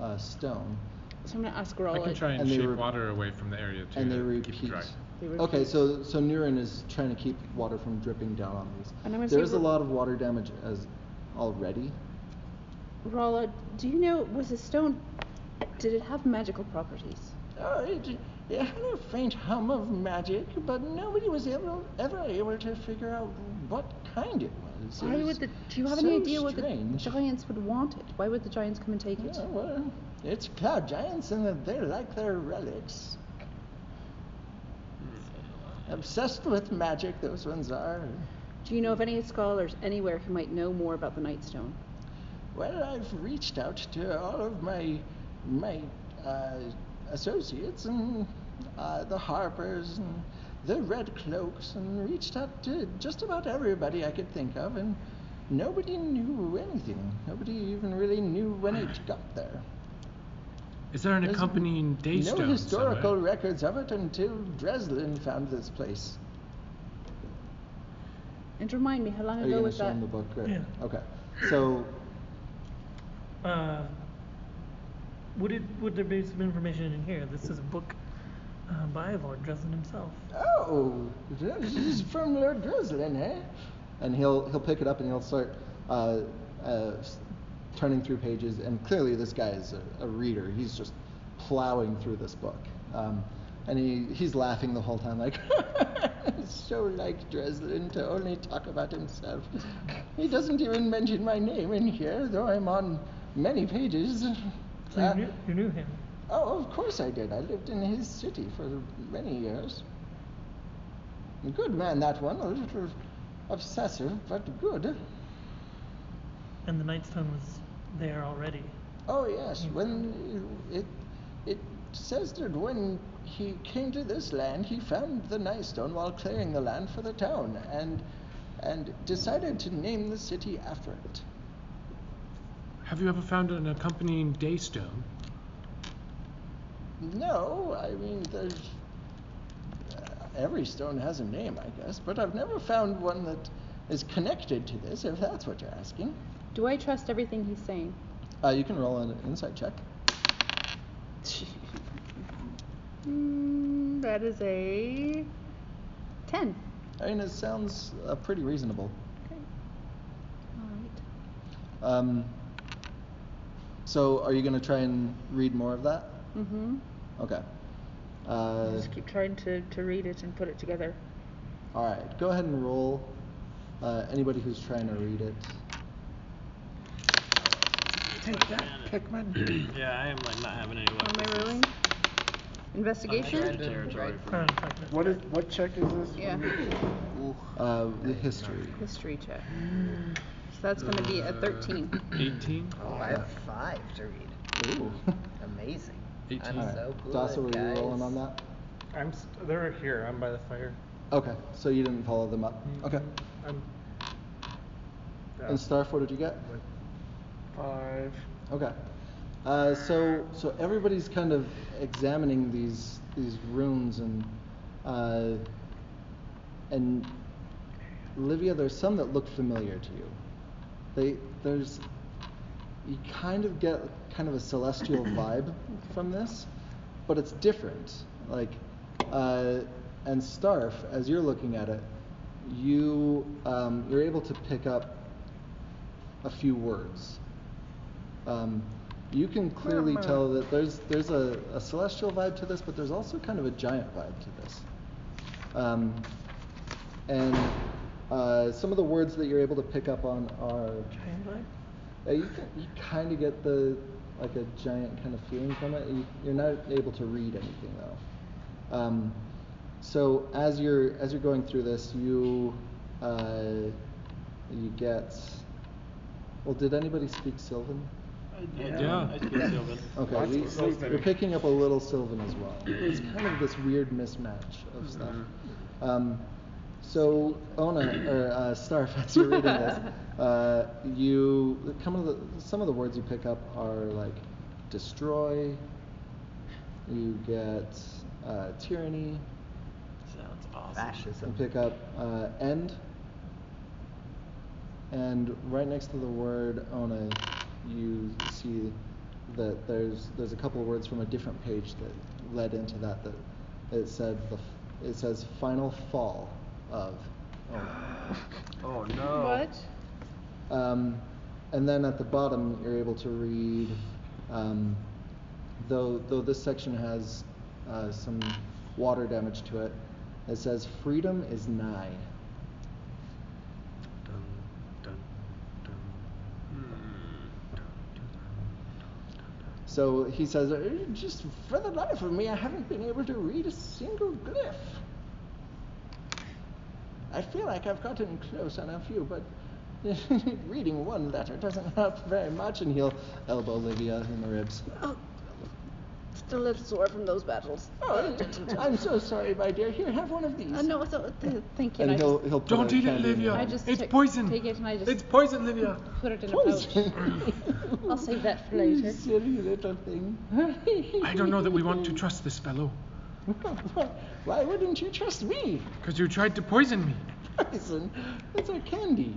[SPEAKER 2] uh, stone,
[SPEAKER 3] So I'm going to ask
[SPEAKER 6] I
[SPEAKER 3] Rollick.
[SPEAKER 6] can try and,
[SPEAKER 2] And they
[SPEAKER 6] shake
[SPEAKER 2] re-
[SPEAKER 6] water away from the area too.
[SPEAKER 2] and they
[SPEAKER 6] to
[SPEAKER 2] repeat.
[SPEAKER 6] Keep it dry.
[SPEAKER 3] They were
[SPEAKER 2] Okay,
[SPEAKER 3] cute.
[SPEAKER 2] so so Nurin is trying to keep water from dripping down on these.
[SPEAKER 3] And I'm gonna
[SPEAKER 2] There
[SPEAKER 3] say
[SPEAKER 2] is a
[SPEAKER 3] re-
[SPEAKER 2] lot of water damage as already.
[SPEAKER 3] Rolla, do you know, was the stone, did it have magical properties?
[SPEAKER 2] Oh, it, it had a faint hum of magic, but nobody was able, ever able to figure out what kind it was. It
[SPEAKER 3] Why
[SPEAKER 2] was
[SPEAKER 3] would the, do you have any
[SPEAKER 2] so
[SPEAKER 3] idea what the
[SPEAKER 2] strange.
[SPEAKER 3] giants would want it? Why would the giants come and take it?
[SPEAKER 2] Yeah, well, it's cloud giants, and that they like their relics.
[SPEAKER 3] Hmm.
[SPEAKER 2] Obsessed with magic, those ones are.
[SPEAKER 3] Do you know of any scholars anywhere who might know more about the Nightstone?
[SPEAKER 2] Well, I've reached out to all of my my uh, associates and uh, the Harpers and the Red Cloaks and reached out to just about everybody I could think of, and nobody knew anything. Nobody even really knew when it got there.
[SPEAKER 6] Is there an
[SPEAKER 2] There's
[SPEAKER 6] accompanying day
[SPEAKER 2] no
[SPEAKER 6] stone
[SPEAKER 2] historical
[SPEAKER 6] somewhere?
[SPEAKER 2] records of it until Dreslin found this place.
[SPEAKER 3] And remind me, how long
[SPEAKER 2] Are you
[SPEAKER 3] ago
[SPEAKER 2] going to
[SPEAKER 3] was
[SPEAKER 2] show
[SPEAKER 3] that?
[SPEAKER 2] him the book? Right?
[SPEAKER 7] Yeah.
[SPEAKER 2] Okay. So
[SPEAKER 7] Uh, Would it? Would there be some information in here? This is a book uh, by Lord Dresden himself.
[SPEAKER 2] Oh, this is from Lord President, eh? And he'll he'll pick it up and he'll start uh, uh, s- turning through pages. And clearly, this guy is a, a reader. He's just plowing through this book. Um, and he, he's laughing the whole time, like, so like Dresden to only talk about himself. He doesn't even mention my name in here, though I'm on many pages.
[SPEAKER 7] So
[SPEAKER 2] Uh,
[SPEAKER 7] you, knew, you knew him.
[SPEAKER 2] Oh, of course I did. I lived in his city for many years. Good man, that one. A little obsessive, but good.
[SPEAKER 7] And the Nightstone was there already.
[SPEAKER 2] Oh yes, when it it says that when he came to this land, he found the Nightstone while clearing the land for the town, and and decided to name the city after it.
[SPEAKER 6] Have you ever found an accompanying daystone?
[SPEAKER 2] No, I mean, there's. Uh, every stone has a name, I guess, but I've never found one that is connected to this, if that's what you're asking.
[SPEAKER 3] Do I trust everything he's saying?
[SPEAKER 2] Uh, you can roll an insight check.
[SPEAKER 9] Hmm,
[SPEAKER 3] Mm, that is a 10.
[SPEAKER 2] I mean, it sounds uh, pretty reasonable.
[SPEAKER 3] Okay. All right.
[SPEAKER 2] Um, so, are you going to try and read more of that?
[SPEAKER 3] Mm-hmm.
[SPEAKER 2] Okay. Uh,
[SPEAKER 9] just keep trying to, to read it and put it together.
[SPEAKER 2] all right, go ahead and roll. Uh, anybody who's trying to read it.
[SPEAKER 4] Take that, Pikmin.
[SPEAKER 5] Yeah, I am like not having any luck.
[SPEAKER 3] What am
[SPEAKER 5] This
[SPEAKER 3] I
[SPEAKER 5] is
[SPEAKER 3] rolling? Investigation?
[SPEAKER 5] uncharted territory for
[SPEAKER 7] Uh,
[SPEAKER 5] me.
[SPEAKER 4] What is? What check is this?
[SPEAKER 3] Yeah.
[SPEAKER 2] Uh, the history.
[SPEAKER 3] History check. So that's going to Mm. be a 13.
[SPEAKER 6] 18?
[SPEAKER 1] Oh, I have five to read.
[SPEAKER 2] Ooh.
[SPEAKER 1] Amazing.
[SPEAKER 2] All
[SPEAKER 6] Eighteen.
[SPEAKER 1] I'm
[SPEAKER 2] right.
[SPEAKER 1] so good,
[SPEAKER 2] Dasa, were
[SPEAKER 1] guys.
[SPEAKER 2] you rolling on that?
[SPEAKER 8] I'm. St- they're here. I'm by the fire.
[SPEAKER 2] Okay, so you didn't follow them up.
[SPEAKER 4] Mm-hmm.
[SPEAKER 2] Okay.
[SPEAKER 8] I'm.
[SPEAKER 2] And Starf, what did you get?
[SPEAKER 4] Five.
[SPEAKER 2] Okay. Uh, so so everybody's kind of examining these these rooms and uh, and Livia, there's some that look familiar to you. They there's you kind of get kind of a celestial vibe from this, but it's different. Like uh, and Starf, as you're looking at it, you um, you're able to pick up a few words um, you can clearly tell that there's there's a, a celestial vibe to this, but there's also kind of a giant vibe to this. Um, and uh, some of the words that you're able to pick up on are uh, you, can, you kind of get the like a giant kind of feeling from it. You, you're not able to read anything though. Um, so as you're as you're going through this, you uh, you get. Well, did anybody speak Sylvan?
[SPEAKER 5] Yeah.
[SPEAKER 6] Yeah.
[SPEAKER 5] I speak Sylvan.
[SPEAKER 2] Okay,
[SPEAKER 4] Lots
[SPEAKER 2] we,
[SPEAKER 4] of Sylvan.
[SPEAKER 2] we're picking up a little Sylvan as well. It's kind of this weird mismatch
[SPEAKER 4] Mm-hmm.
[SPEAKER 2] of stuff. Um, so Ona or uh, Starf, as you're reading this, uh, you come of the, some of the words you pick up are like destroy. You get uh, tyranny.
[SPEAKER 5] Sounds awesome.
[SPEAKER 2] And
[SPEAKER 1] Fascism.
[SPEAKER 2] pick up uh, end. And right next to the word ona, you see that there's there's a couple of words from a different page that led into that. That it said the f- it says final fall of ona.
[SPEAKER 5] Oh no.
[SPEAKER 9] What?
[SPEAKER 2] Um, and then at the bottom, you're able to read, um, though, though this section has uh, some water damage to it, it says, Freedom is nigh.
[SPEAKER 6] Dun, dun, dun,
[SPEAKER 4] Hmm.
[SPEAKER 6] dun, dun.
[SPEAKER 2] So he says, "Uh, Just for the life of me, I haven't been able to read a single glyph. I feel like I've gotten close on a few, but reading one letter doesn't help very much, and he'll elbow Livia in the ribs.
[SPEAKER 3] Oh, still a sore from those battles.
[SPEAKER 2] Oh, I'm so sorry, my dear. Here, have one of these.
[SPEAKER 3] Uh, no, so, th- thank you.
[SPEAKER 2] And
[SPEAKER 3] I
[SPEAKER 2] he'll,
[SPEAKER 3] just
[SPEAKER 2] he'll put
[SPEAKER 6] Don't
[SPEAKER 2] a
[SPEAKER 6] eat it,
[SPEAKER 2] candy in
[SPEAKER 6] Livia.
[SPEAKER 2] there.
[SPEAKER 3] I just
[SPEAKER 6] it's
[SPEAKER 3] took-
[SPEAKER 6] poison.
[SPEAKER 3] take it and I just-
[SPEAKER 6] It's poison, Livia.
[SPEAKER 3] put it in a pouch.
[SPEAKER 2] Poison.
[SPEAKER 3] I'll save that for later.
[SPEAKER 2] You Silly little thing.
[SPEAKER 6] I don't know that we want to trust this fellow.
[SPEAKER 2] Why wouldn't you trust me?
[SPEAKER 6] Because you tried to poison me.
[SPEAKER 2] Poison. It's a candy.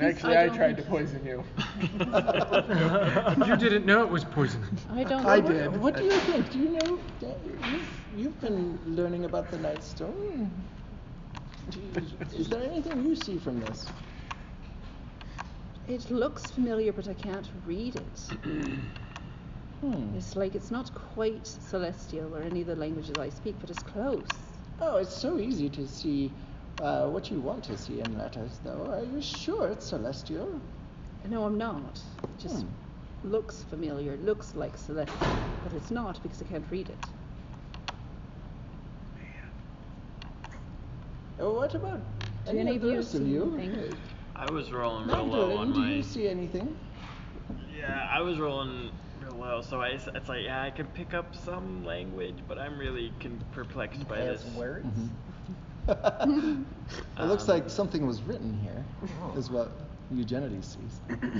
[SPEAKER 4] Actually,
[SPEAKER 3] I
[SPEAKER 4] I
[SPEAKER 3] don't
[SPEAKER 4] tried to
[SPEAKER 3] think-
[SPEAKER 4] poison you.
[SPEAKER 6] you didn't know it was poison.
[SPEAKER 3] I don't.
[SPEAKER 2] I
[SPEAKER 3] know.
[SPEAKER 2] did. What do you think? Do you know? You've, you've been learning about the Night Stone. Do you- Is there anything you see from this?
[SPEAKER 3] It looks familiar, but I can't read it.
[SPEAKER 2] Hmm.
[SPEAKER 3] It's like it's not quite celestial or any of the languages I speak, but it's close.
[SPEAKER 2] Oh, it's so easy to see uh, what you want to see in letters, though. Are you sure it's celestial?
[SPEAKER 3] No, I'm not. It just
[SPEAKER 2] Hmm.
[SPEAKER 3] looks familiar, looks like celestial, but it's not because I can't read it.
[SPEAKER 4] Hmm.
[SPEAKER 2] Uh, What about
[SPEAKER 3] Do any of
[SPEAKER 2] the
[SPEAKER 3] you
[SPEAKER 2] rest of
[SPEAKER 3] see
[SPEAKER 2] you?
[SPEAKER 3] anything?
[SPEAKER 5] I was rolling real low
[SPEAKER 2] Magdalene,
[SPEAKER 5] on
[SPEAKER 2] do
[SPEAKER 5] my.
[SPEAKER 2] you see anything?
[SPEAKER 5] Yeah, I was rolling real low, so I, s- it's like yeah, I can pick up some language, but I'm really con- perplexed by
[SPEAKER 1] As
[SPEAKER 5] this.
[SPEAKER 1] words?
[SPEAKER 2] Mm-hmm. it looks
[SPEAKER 5] Um, oh.
[SPEAKER 2] like something was written here, is what Eugenides sees. it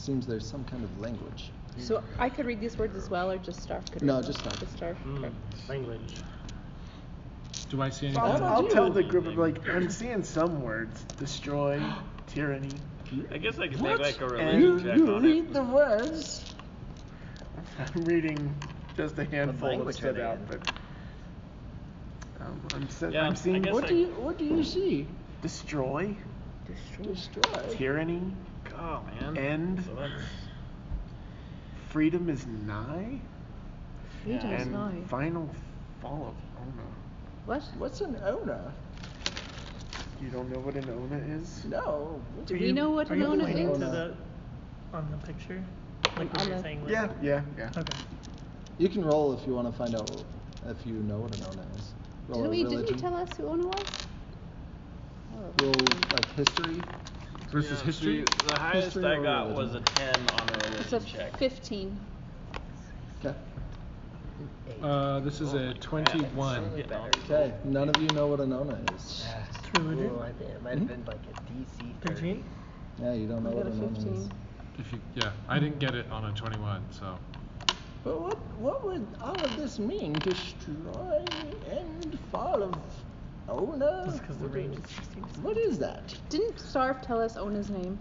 [SPEAKER 2] seems there's some kind of language.
[SPEAKER 9] So I could read these words as well, or just Star could read
[SPEAKER 2] No,
[SPEAKER 9] them?
[SPEAKER 2] just Stark.
[SPEAKER 9] Just Stark.
[SPEAKER 4] Hmm.
[SPEAKER 9] okay.
[SPEAKER 8] Language.
[SPEAKER 6] Do I see anything?
[SPEAKER 4] I'll, I'll
[SPEAKER 2] you?
[SPEAKER 4] tell the group of like, I'm seeing some words: destroy, tyranny.
[SPEAKER 5] I guess I could
[SPEAKER 2] What?
[SPEAKER 5] make like a
[SPEAKER 4] And
[SPEAKER 5] religion
[SPEAKER 2] You,
[SPEAKER 5] check
[SPEAKER 2] you
[SPEAKER 5] on
[SPEAKER 2] read
[SPEAKER 5] it.
[SPEAKER 2] the words.
[SPEAKER 4] I'm reading just a handful that
[SPEAKER 1] language are
[SPEAKER 4] stood
[SPEAKER 1] they
[SPEAKER 4] out,
[SPEAKER 1] in?
[SPEAKER 4] but um, I'm, se-
[SPEAKER 5] Yeah,
[SPEAKER 4] I'm
[SPEAKER 5] I
[SPEAKER 4] seeing
[SPEAKER 5] guess
[SPEAKER 2] What
[SPEAKER 5] I-
[SPEAKER 2] do you What do you see?
[SPEAKER 4] destroy,
[SPEAKER 2] Destroy.
[SPEAKER 4] tyranny,
[SPEAKER 5] Oh man.
[SPEAKER 4] End.
[SPEAKER 5] So that's-
[SPEAKER 4] freedom is nigh,
[SPEAKER 3] Freedom is
[SPEAKER 4] and
[SPEAKER 3] nigh.
[SPEAKER 4] final fall of Ona.
[SPEAKER 3] What?
[SPEAKER 2] What's an ona?
[SPEAKER 4] You don't know what an Ona is?
[SPEAKER 2] No. what
[SPEAKER 3] Do
[SPEAKER 2] do
[SPEAKER 3] we
[SPEAKER 2] you-
[SPEAKER 3] know what
[SPEAKER 7] Are you
[SPEAKER 3] Nona
[SPEAKER 7] pointing
[SPEAKER 2] is?
[SPEAKER 7] to the on the picture? Like what
[SPEAKER 3] On
[SPEAKER 7] you're
[SPEAKER 3] the-
[SPEAKER 7] saying? Like,
[SPEAKER 4] Yeah, yeah, yeah.
[SPEAKER 7] Okay.
[SPEAKER 2] You can roll if you want to find out if you know what an ona is. Roll
[SPEAKER 3] Didn't
[SPEAKER 2] a
[SPEAKER 3] we,
[SPEAKER 2] religion.
[SPEAKER 3] didn't you tell us who Ona was? Oh.
[SPEAKER 2] Roll like history.
[SPEAKER 6] Versus
[SPEAKER 5] yeah,
[SPEAKER 6] history?
[SPEAKER 5] see, the highest
[SPEAKER 2] History
[SPEAKER 5] I
[SPEAKER 2] or
[SPEAKER 5] got was
[SPEAKER 2] religion?
[SPEAKER 5] a ten on a
[SPEAKER 3] It's
[SPEAKER 5] religion
[SPEAKER 3] a
[SPEAKER 5] check.
[SPEAKER 3] 15.
[SPEAKER 2] Okay.
[SPEAKER 6] Uh, this is a 21.
[SPEAKER 1] Slightly better.
[SPEAKER 2] Okay. Mm-hmm. None of you know what an ona is.
[SPEAKER 1] Ah,
[SPEAKER 7] Religion?
[SPEAKER 1] ooh, I think it might have been like a DC.
[SPEAKER 7] 13?
[SPEAKER 2] Yeah, you don't know
[SPEAKER 3] I
[SPEAKER 2] what
[SPEAKER 3] got a
[SPEAKER 2] an ona is.
[SPEAKER 3] 15.
[SPEAKER 6] If you, yeah, I didn't get it on a 21, so.
[SPEAKER 2] But what what would all of this mean? Destroy and fall of Ona?
[SPEAKER 7] That's because the
[SPEAKER 2] What
[SPEAKER 7] range
[SPEAKER 2] is-
[SPEAKER 7] is 16.
[SPEAKER 2] What is that?
[SPEAKER 3] Didn't Starf tell us Ona's name?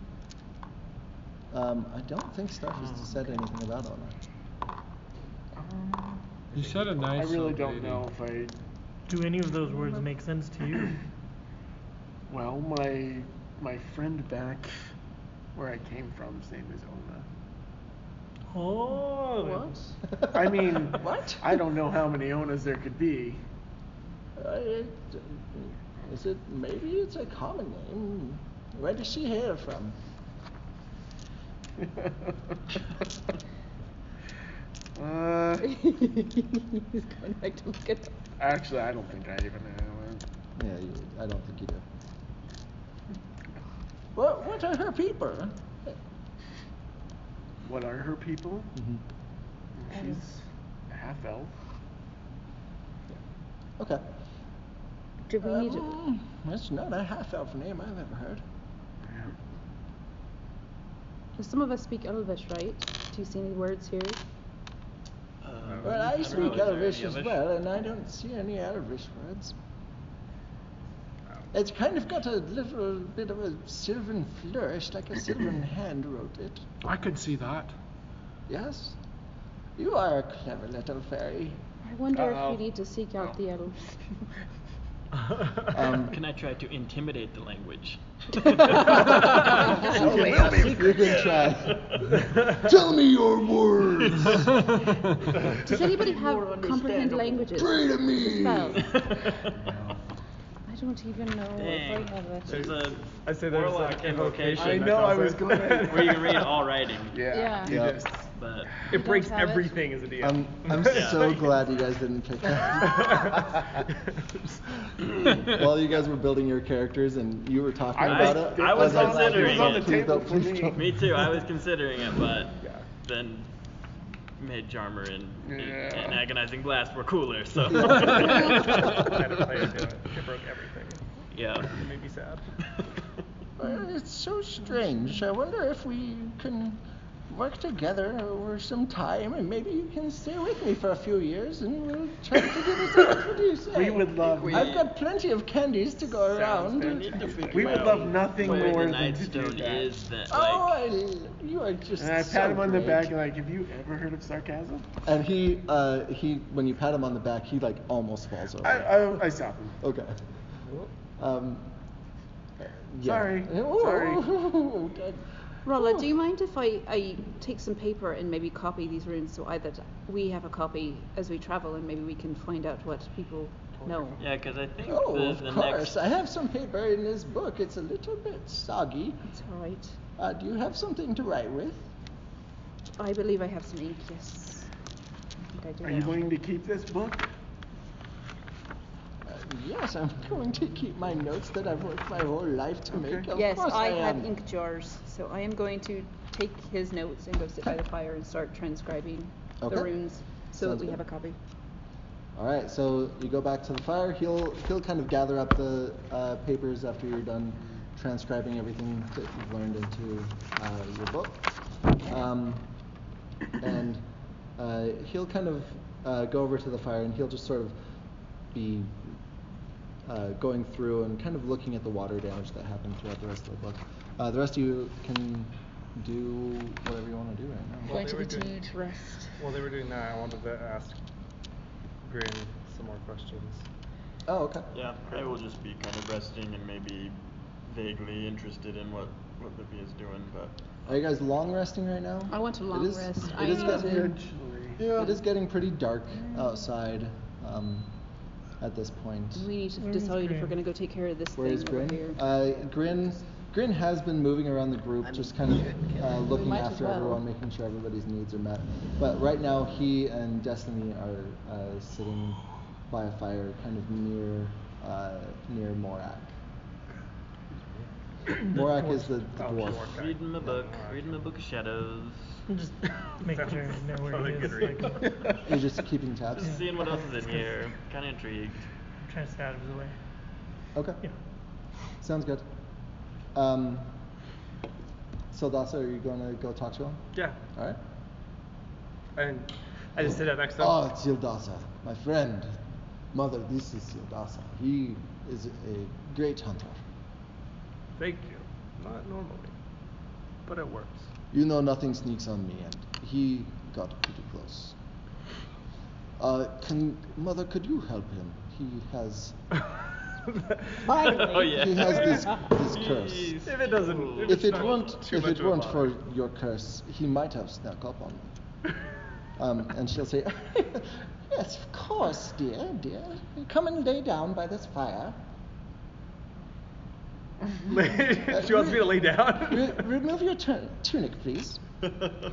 [SPEAKER 2] Um, I don't think Starf has said anything about Ona.
[SPEAKER 4] Um,
[SPEAKER 6] You said a
[SPEAKER 4] I
[SPEAKER 6] nice.
[SPEAKER 4] really
[SPEAKER 6] old
[SPEAKER 4] don't
[SPEAKER 6] lady.
[SPEAKER 4] know if I.
[SPEAKER 7] Do any of those words make sense to you?
[SPEAKER 4] Well, my my friend back where I came from's name is Ona.
[SPEAKER 7] Oh.
[SPEAKER 3] What?
[SPEAKER 4] I mean,
[SPEAKER 2] what?
[SPEAKER 4] I don't know how many Onas there could be.
[SPEAKER 2] Uh, it- Is it maybe it's a common name? Where does she hail from?
[SPEAKER 4] uh,
[SPEAKER 3] He's going back to look at.
[SPEAKER 4] actually, I don't think I even know. uh,
[SPEAKER 2] Yeah, you, I don't think you do. What what are her people?
[SPEAKER 4] What are her people?
[SPEAKER 2] Mhm.
[SPEAKER 4] She's half elf.
[SPEAKER 2] Okay.
[SPEAKER 9] Do we need it?
[SPEAKER 2] Um, That's not a half elf name I've ever heard.
[SPEAKER 3] Some of us speak Elvish, right? Do you see any words here?
[SPEAKER 5] Um,
[SPEAKER 2] Well,
[SPEAKER 5] I
[SPEAKER 2] I
[SPEAKER 5] don't know,
[SPEAKER 2] speak
[SPEAKER 5] is there
[SPEAKER 2] Elvish
[SPEAKER 5] any
[SPEAKER 2] as
[SPEAKER 5] Elvish?
[SPEAKER 2] well, and I don't see any Elvish words. It's kind of got a little bit of a sylvan flourish, like a sylvan hand wrote it.
[SPEAKER 6] I could see that.
[SPEAKER 2] Yes? You are a clever little fairy.
[SPEAKER 3] I wonder
[SPEAKER 4] Uh-oh.
[SPEAKER 3] if we need to seek out the elves.
[SPEAKER 2] Um,
[SPEAKER 5] Can I try to intimidate the language?
[SPEAKER 1] Oh, wait, a secret.
[SPEAKER 2] you can try. Tell me your words!
[SPEAKER 3] Does anybody have comprehend languages?
[SPEAKER 2] Pray to me!
[SPEAKER 3] The spell. I don't even know if I
[SPEAKER 5] Dang.
[SPEAKER 3] have a.
[SPEAKER 5] There's a
[SPEAKER 8] I say there's
[SPEAKER 5] warlock
[SPEAKER 8] like
[SPEAKER 5] invocation.
[SPEAKER 8] invocation.
[SPEAKER 4] I know, I was
[SPEAKER 8] going
[SPEAKER 4] gonna-
[SPEAKER 5] where you can read all writing,
[SPEAKER 4] Yeah.
[SPEAKER 3] Yeah.
[SPEAKER 4] You
[SPEAKER 2] Yep.
[SPEAKER 4] just
[SPEAKER 5] but
[SPEAKER 3] don't
[SPEAKER 8] It breaks
[SPEAKER 3] have it?
[SPEAKER 8] everything as a DM.
[SPEAKER 4] Um,
[SPEAKER 2] I'm, I'm so glad you guys didn't pick that. While you guys were building your characters and you were talking
[SPEAKER 4] I
[SPEAKER 2] about
[SPEAKER 4] was-
[SPEAKER 2] it,
[SPEAKER 4] I was
[SPEAKER 2] was like,
[SPEAKER 5] considering
[SPEAKER 2] please don't,
[SPEAKER 5] it.
[SPEAKER 2] please don't,
[SPEAKER 4] Table for
[SPEAKER 2] please
[SPEAKER 4] me.
[SPEAKER 2] don't.
[SPEAKER 5] me too. I was considering it, but
[SPEAKER 4] Yeah.
[SPEAKER 5] then Mage Armor and,
[SPEAKER 4] Yeah.
[SPEAKER 5] and Agonizing Blast were cooler, so
[SPEAKER 8] Had a player do it. It broke everything.
[SPEAKER 5] yeah.
[SPEAKER 8] It made me sad.
[SPEAKER 2] Uh, Well, it's so strange. I wonder if we can work together over some time, and maybe you can stay with me for a few years, and we'll try to figure this out. What do you say?
[SPEAKER 4] We would love- We-
[SPEAKER 2] I've got plenty of candies to go
[SPEAKER 4] Sounds
[SPEAKER 2] around.
[SPEAKER 4] fantastic.
[SPEAKER 2] and-
[SPEAKER 5] need to figure
[SPEAKER 4] We would
[SPEAKER 5] out
[SPEAKER 4] love nothing
[SPEAKER 5] where
[SPEAKER 4] more
[SPEAKER 5] the
[SPEAKER 4] than to
[SPEAKER 5] Nightstone
[SPEAKER 4] do that.
[SPEAKER 5] is that
[SPEAKER 2] oh,
[SPEAKER 5] like
[SPEAKER 2] I l- you are just.
[SPEAKER 4] And I
[SPEAKER 2] so
[SPEAKER 4] pat him on the
[SPEAKER 2] great.
[SPEAKER 4] back like, have you ever heard of sarcasm?
[SPEAKER 2] And he, uh, he, when you pat him on the back, he like almost falls over.
[SPEAKER 4] I, I, I stop him.
[SPEAKER 2] Okay. Um, yeah. Oh.
[SPEAKER 4] Sorry.
[SPEAKER 2] Ooh,
[SPEAKER 4] Sorry.
[SPEAKER 2] that-
[SPEAKER 3] Rolla, do you mind if I, I take some paper and maybe copy these runes so either t- we have a copy as we travel and maybe we can find out what people know?
[SPEAKER 5] yeah, because I think
[SPEAKER 2] Oh,
[SPEAKER 5] the,
[SPEAKER 2] of
[SPEAKER 5] the
[SPEAKER 2] course.
[SPEAKER 5] next
[SPEAKER 2] I have some paper in this book. It's a little bit soggy.
[SPEAKER 3] It's all right.
[SPEAKER 2] Uh, do you have something to write with?
[SPEAKER 3] I believe I have some ink, yes. I think I do.
[SPEAKER 4] Are you going to keep this book?
[SPEAKER 2] Uh, yes, I'm going to keep my notes that I've worked my whole life to make. Of
[SPEAKER 3] yes,
[SPEAKER 2] course
[SPEAKER 3] I,
[SPEAKER 2] am.
[SPEAKER 3] have ink jars, so I am going to take his notes and go sit by the fire and start transcribing
[SPEAKER 2] Okay.
[SPEAKER 3] the runes so
[SPEAKER 2] Sounds
[SPEAKER 3] that we
[SPEAKER 2] good.
[SPEAKER 3] have a copy.
[SPEAKER 2] All right, so you go back to the fire. He'll he'll kind of gather up the uh, papers after you're done transcribing everything that you've learned into uh, your book, um, and uh, he'll kind of uh, go over to the fire and he'll just sort of be uh, going through and kind of looking at the water damage that happened throughout the rest of the book. Uh, the rest of you can do whatever you want to do right now.
[SPEAKER 8] Well,
[SPEAKER 9] Going to
[SPEAKER 8] they were
[SPEAKER 9] continue
[SPEAKER 8] doing-
[SPEAKER 9] to rest.
[SPEAKER 8] While they were doing that, I wanted to ask Grin some more questions.
[SPEAKER 2] Oh, okay.
[SPEAKER 5] yeah, I will just be kind of resting and maybe vaguely interested in what what Livy is doing, but
[SPEAKER 2] Are you guys long resting right now?
[SPEAKER 3] I want a long
[SPEAKER 2] it is,
[SPEAKER 3] rest.
[SPEAKER 2] It
[SPEAKER 3] I
[SPEAKER 2] is
[SPEAKER 3] am-
[SPEAKER 2] getting, it is getting pretty dark outside um, at this point.
[SPEAKER 3] We need to
[SPEAKER 7] Where is
[SPEAKER 3] decide if we're
[SPEAKER 7] Grim?
[SPEAKER 3] going to go take care of this
[SPEAKER 2] Where
[SPEAKER 3] thing
[SPEAKER 2] is
[SPEAKER 3] over
[SPEAKER 2] Grin?
[SPEAKER 3] here.
[SPEAKER 2] Uh, Grin, Grin has been moving around the group,
[SPEAKER 1] I'm
[SPEAKER 2] just kind of
[SPEAKER 1] good, kid.
[SPEAKER 2] uh, looking
[SPEAKER 3] might as
[SPEAKER 2] after
[SPEAKER 3] well.
[SPEAKER 2] everyone, making sure everybody's needs are met. But right now, he and Destiny are uh, sitting by a fire, kind of near uh, near Morak. Morak is the, the
[SPEAKER 8] Oh,
[SPEAKER 2] dwarf.
[SPEAKER 8] sure. Okay.
[SPEAKER 5] reading my
[SPEAKER 8] Yeah,
[SPEAKER 5] book,
[SPEAKER 8] alright.
[SPEAKER 5] reading my book of shadows,
[SPEAKER 7] I'm just making sure I know where
[SPEAKER 8] Probably
[SPEAKER 7] it
[SPEAKER 8] good
[SPEAKER 7] is.
[SPEAKER 8] read.
[SPEAKER 7] Like, I'm
[SPEAKER 2] You're just keeping tabs.
[SPEAKER 5] just seeing what else is in here. Kind of intrigued.
[SPEAKER 7] trying to stay out of his way.
[SPEAKER 2] Okay.
[SPEAKER 7] Yeah.
[SPEAKER 2] Sounds good. Um, so Dasa, are you gonna go talk to him?
[SPEAKER 8] Yeah,
[SPEAKER 2] All right.
[SPEAKER 8] and I just sit up next to him.
[SPEAKER 2] Oh, it's Yildasa, my friend, mother. This is Yildasa. He is a great hunter.
[SPEAKER 8] Thank you. Not normally, but it works.
[SPEAKER 2] You know nothing sneaks on me, and he got pretty close. Uh, can mother, could you help him? He has
[SPEAKER 5] oh yeah.
[SPEAKER 2] he has this this curse.
[SPEAKER 5] Jeez.
[SPEAKER 8] If it doesn't, if,
[SPEAKER 2] If
[SPEAKER 8] it's
[SPEAKER 2] it
[SPEAKER 8] not
[SPEAKER 2] weren't
[SPEAKER 8] too
[SPEAKER 2] if
[SPEAKER 8] much
[SPEAKER 2] it
[SPEAKER 8] of a
[SPEAKER 2] weren't
[SPEAKER 8] bother.
[SPEAKER 2] for your curse, he might have snuck up on me. Um, and she'll say, Yes, of course, dear, dear. Come and lay down by this fire.
[SPEAKER 8] she wants me to lay down.
[SPEAKER 2] Re- remove your tun- tunic, please.
[SPEAKER 8] Another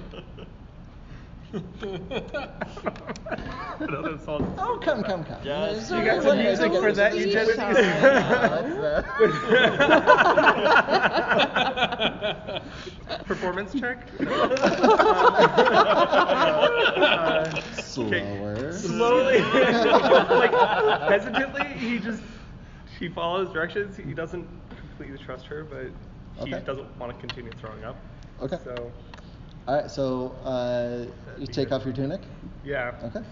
[SPEAKER 8] assault.
[SPEAKER 2] Oh, come, come, come.
[SPEAKER 5] Yeah,
[SPEAKER 2] It's
[SPEAKER 5] you
[SPEAKER 2] all
[SPEAKER 5] got
[SPEAKER 2] right,
[SPEAKER 5] some
[SPEAKER 2] it's
[SPEAKER 5] music
[SPEAKER 2] all
[SPEAKER 5] for
[SPEAKER 2] right,
[SPEAKER 5] that?
[SPEAKER 2] it's
[SPEAKER 5] You
[SPEAKER 2] all
[SPEAKER 5] just-
[SPEAKER 2] right.
[SPEAKER 8] Performance check. Uh,
[SPEAKER 2] Slower.
[SPEAKER 8] slowly, like hesitantly, he just she follows directions. He doesn't completely trust her, but he
[SPEAKER 2] Okay.
[SPEAKER 8] doesn't want to continue throwing up.
[SPEAKER 2] Okay.
[SPEAKER 8] So,
[SPEAKER 2] All right, so uh, you
[SPEAKER 8] be
[SPEAKER 2] take
[SPEAKER 8] good.
[SPEAKER 2] off your tunic.
[SPEAKER 8] yeah.
[SPEAKER 2] Okay.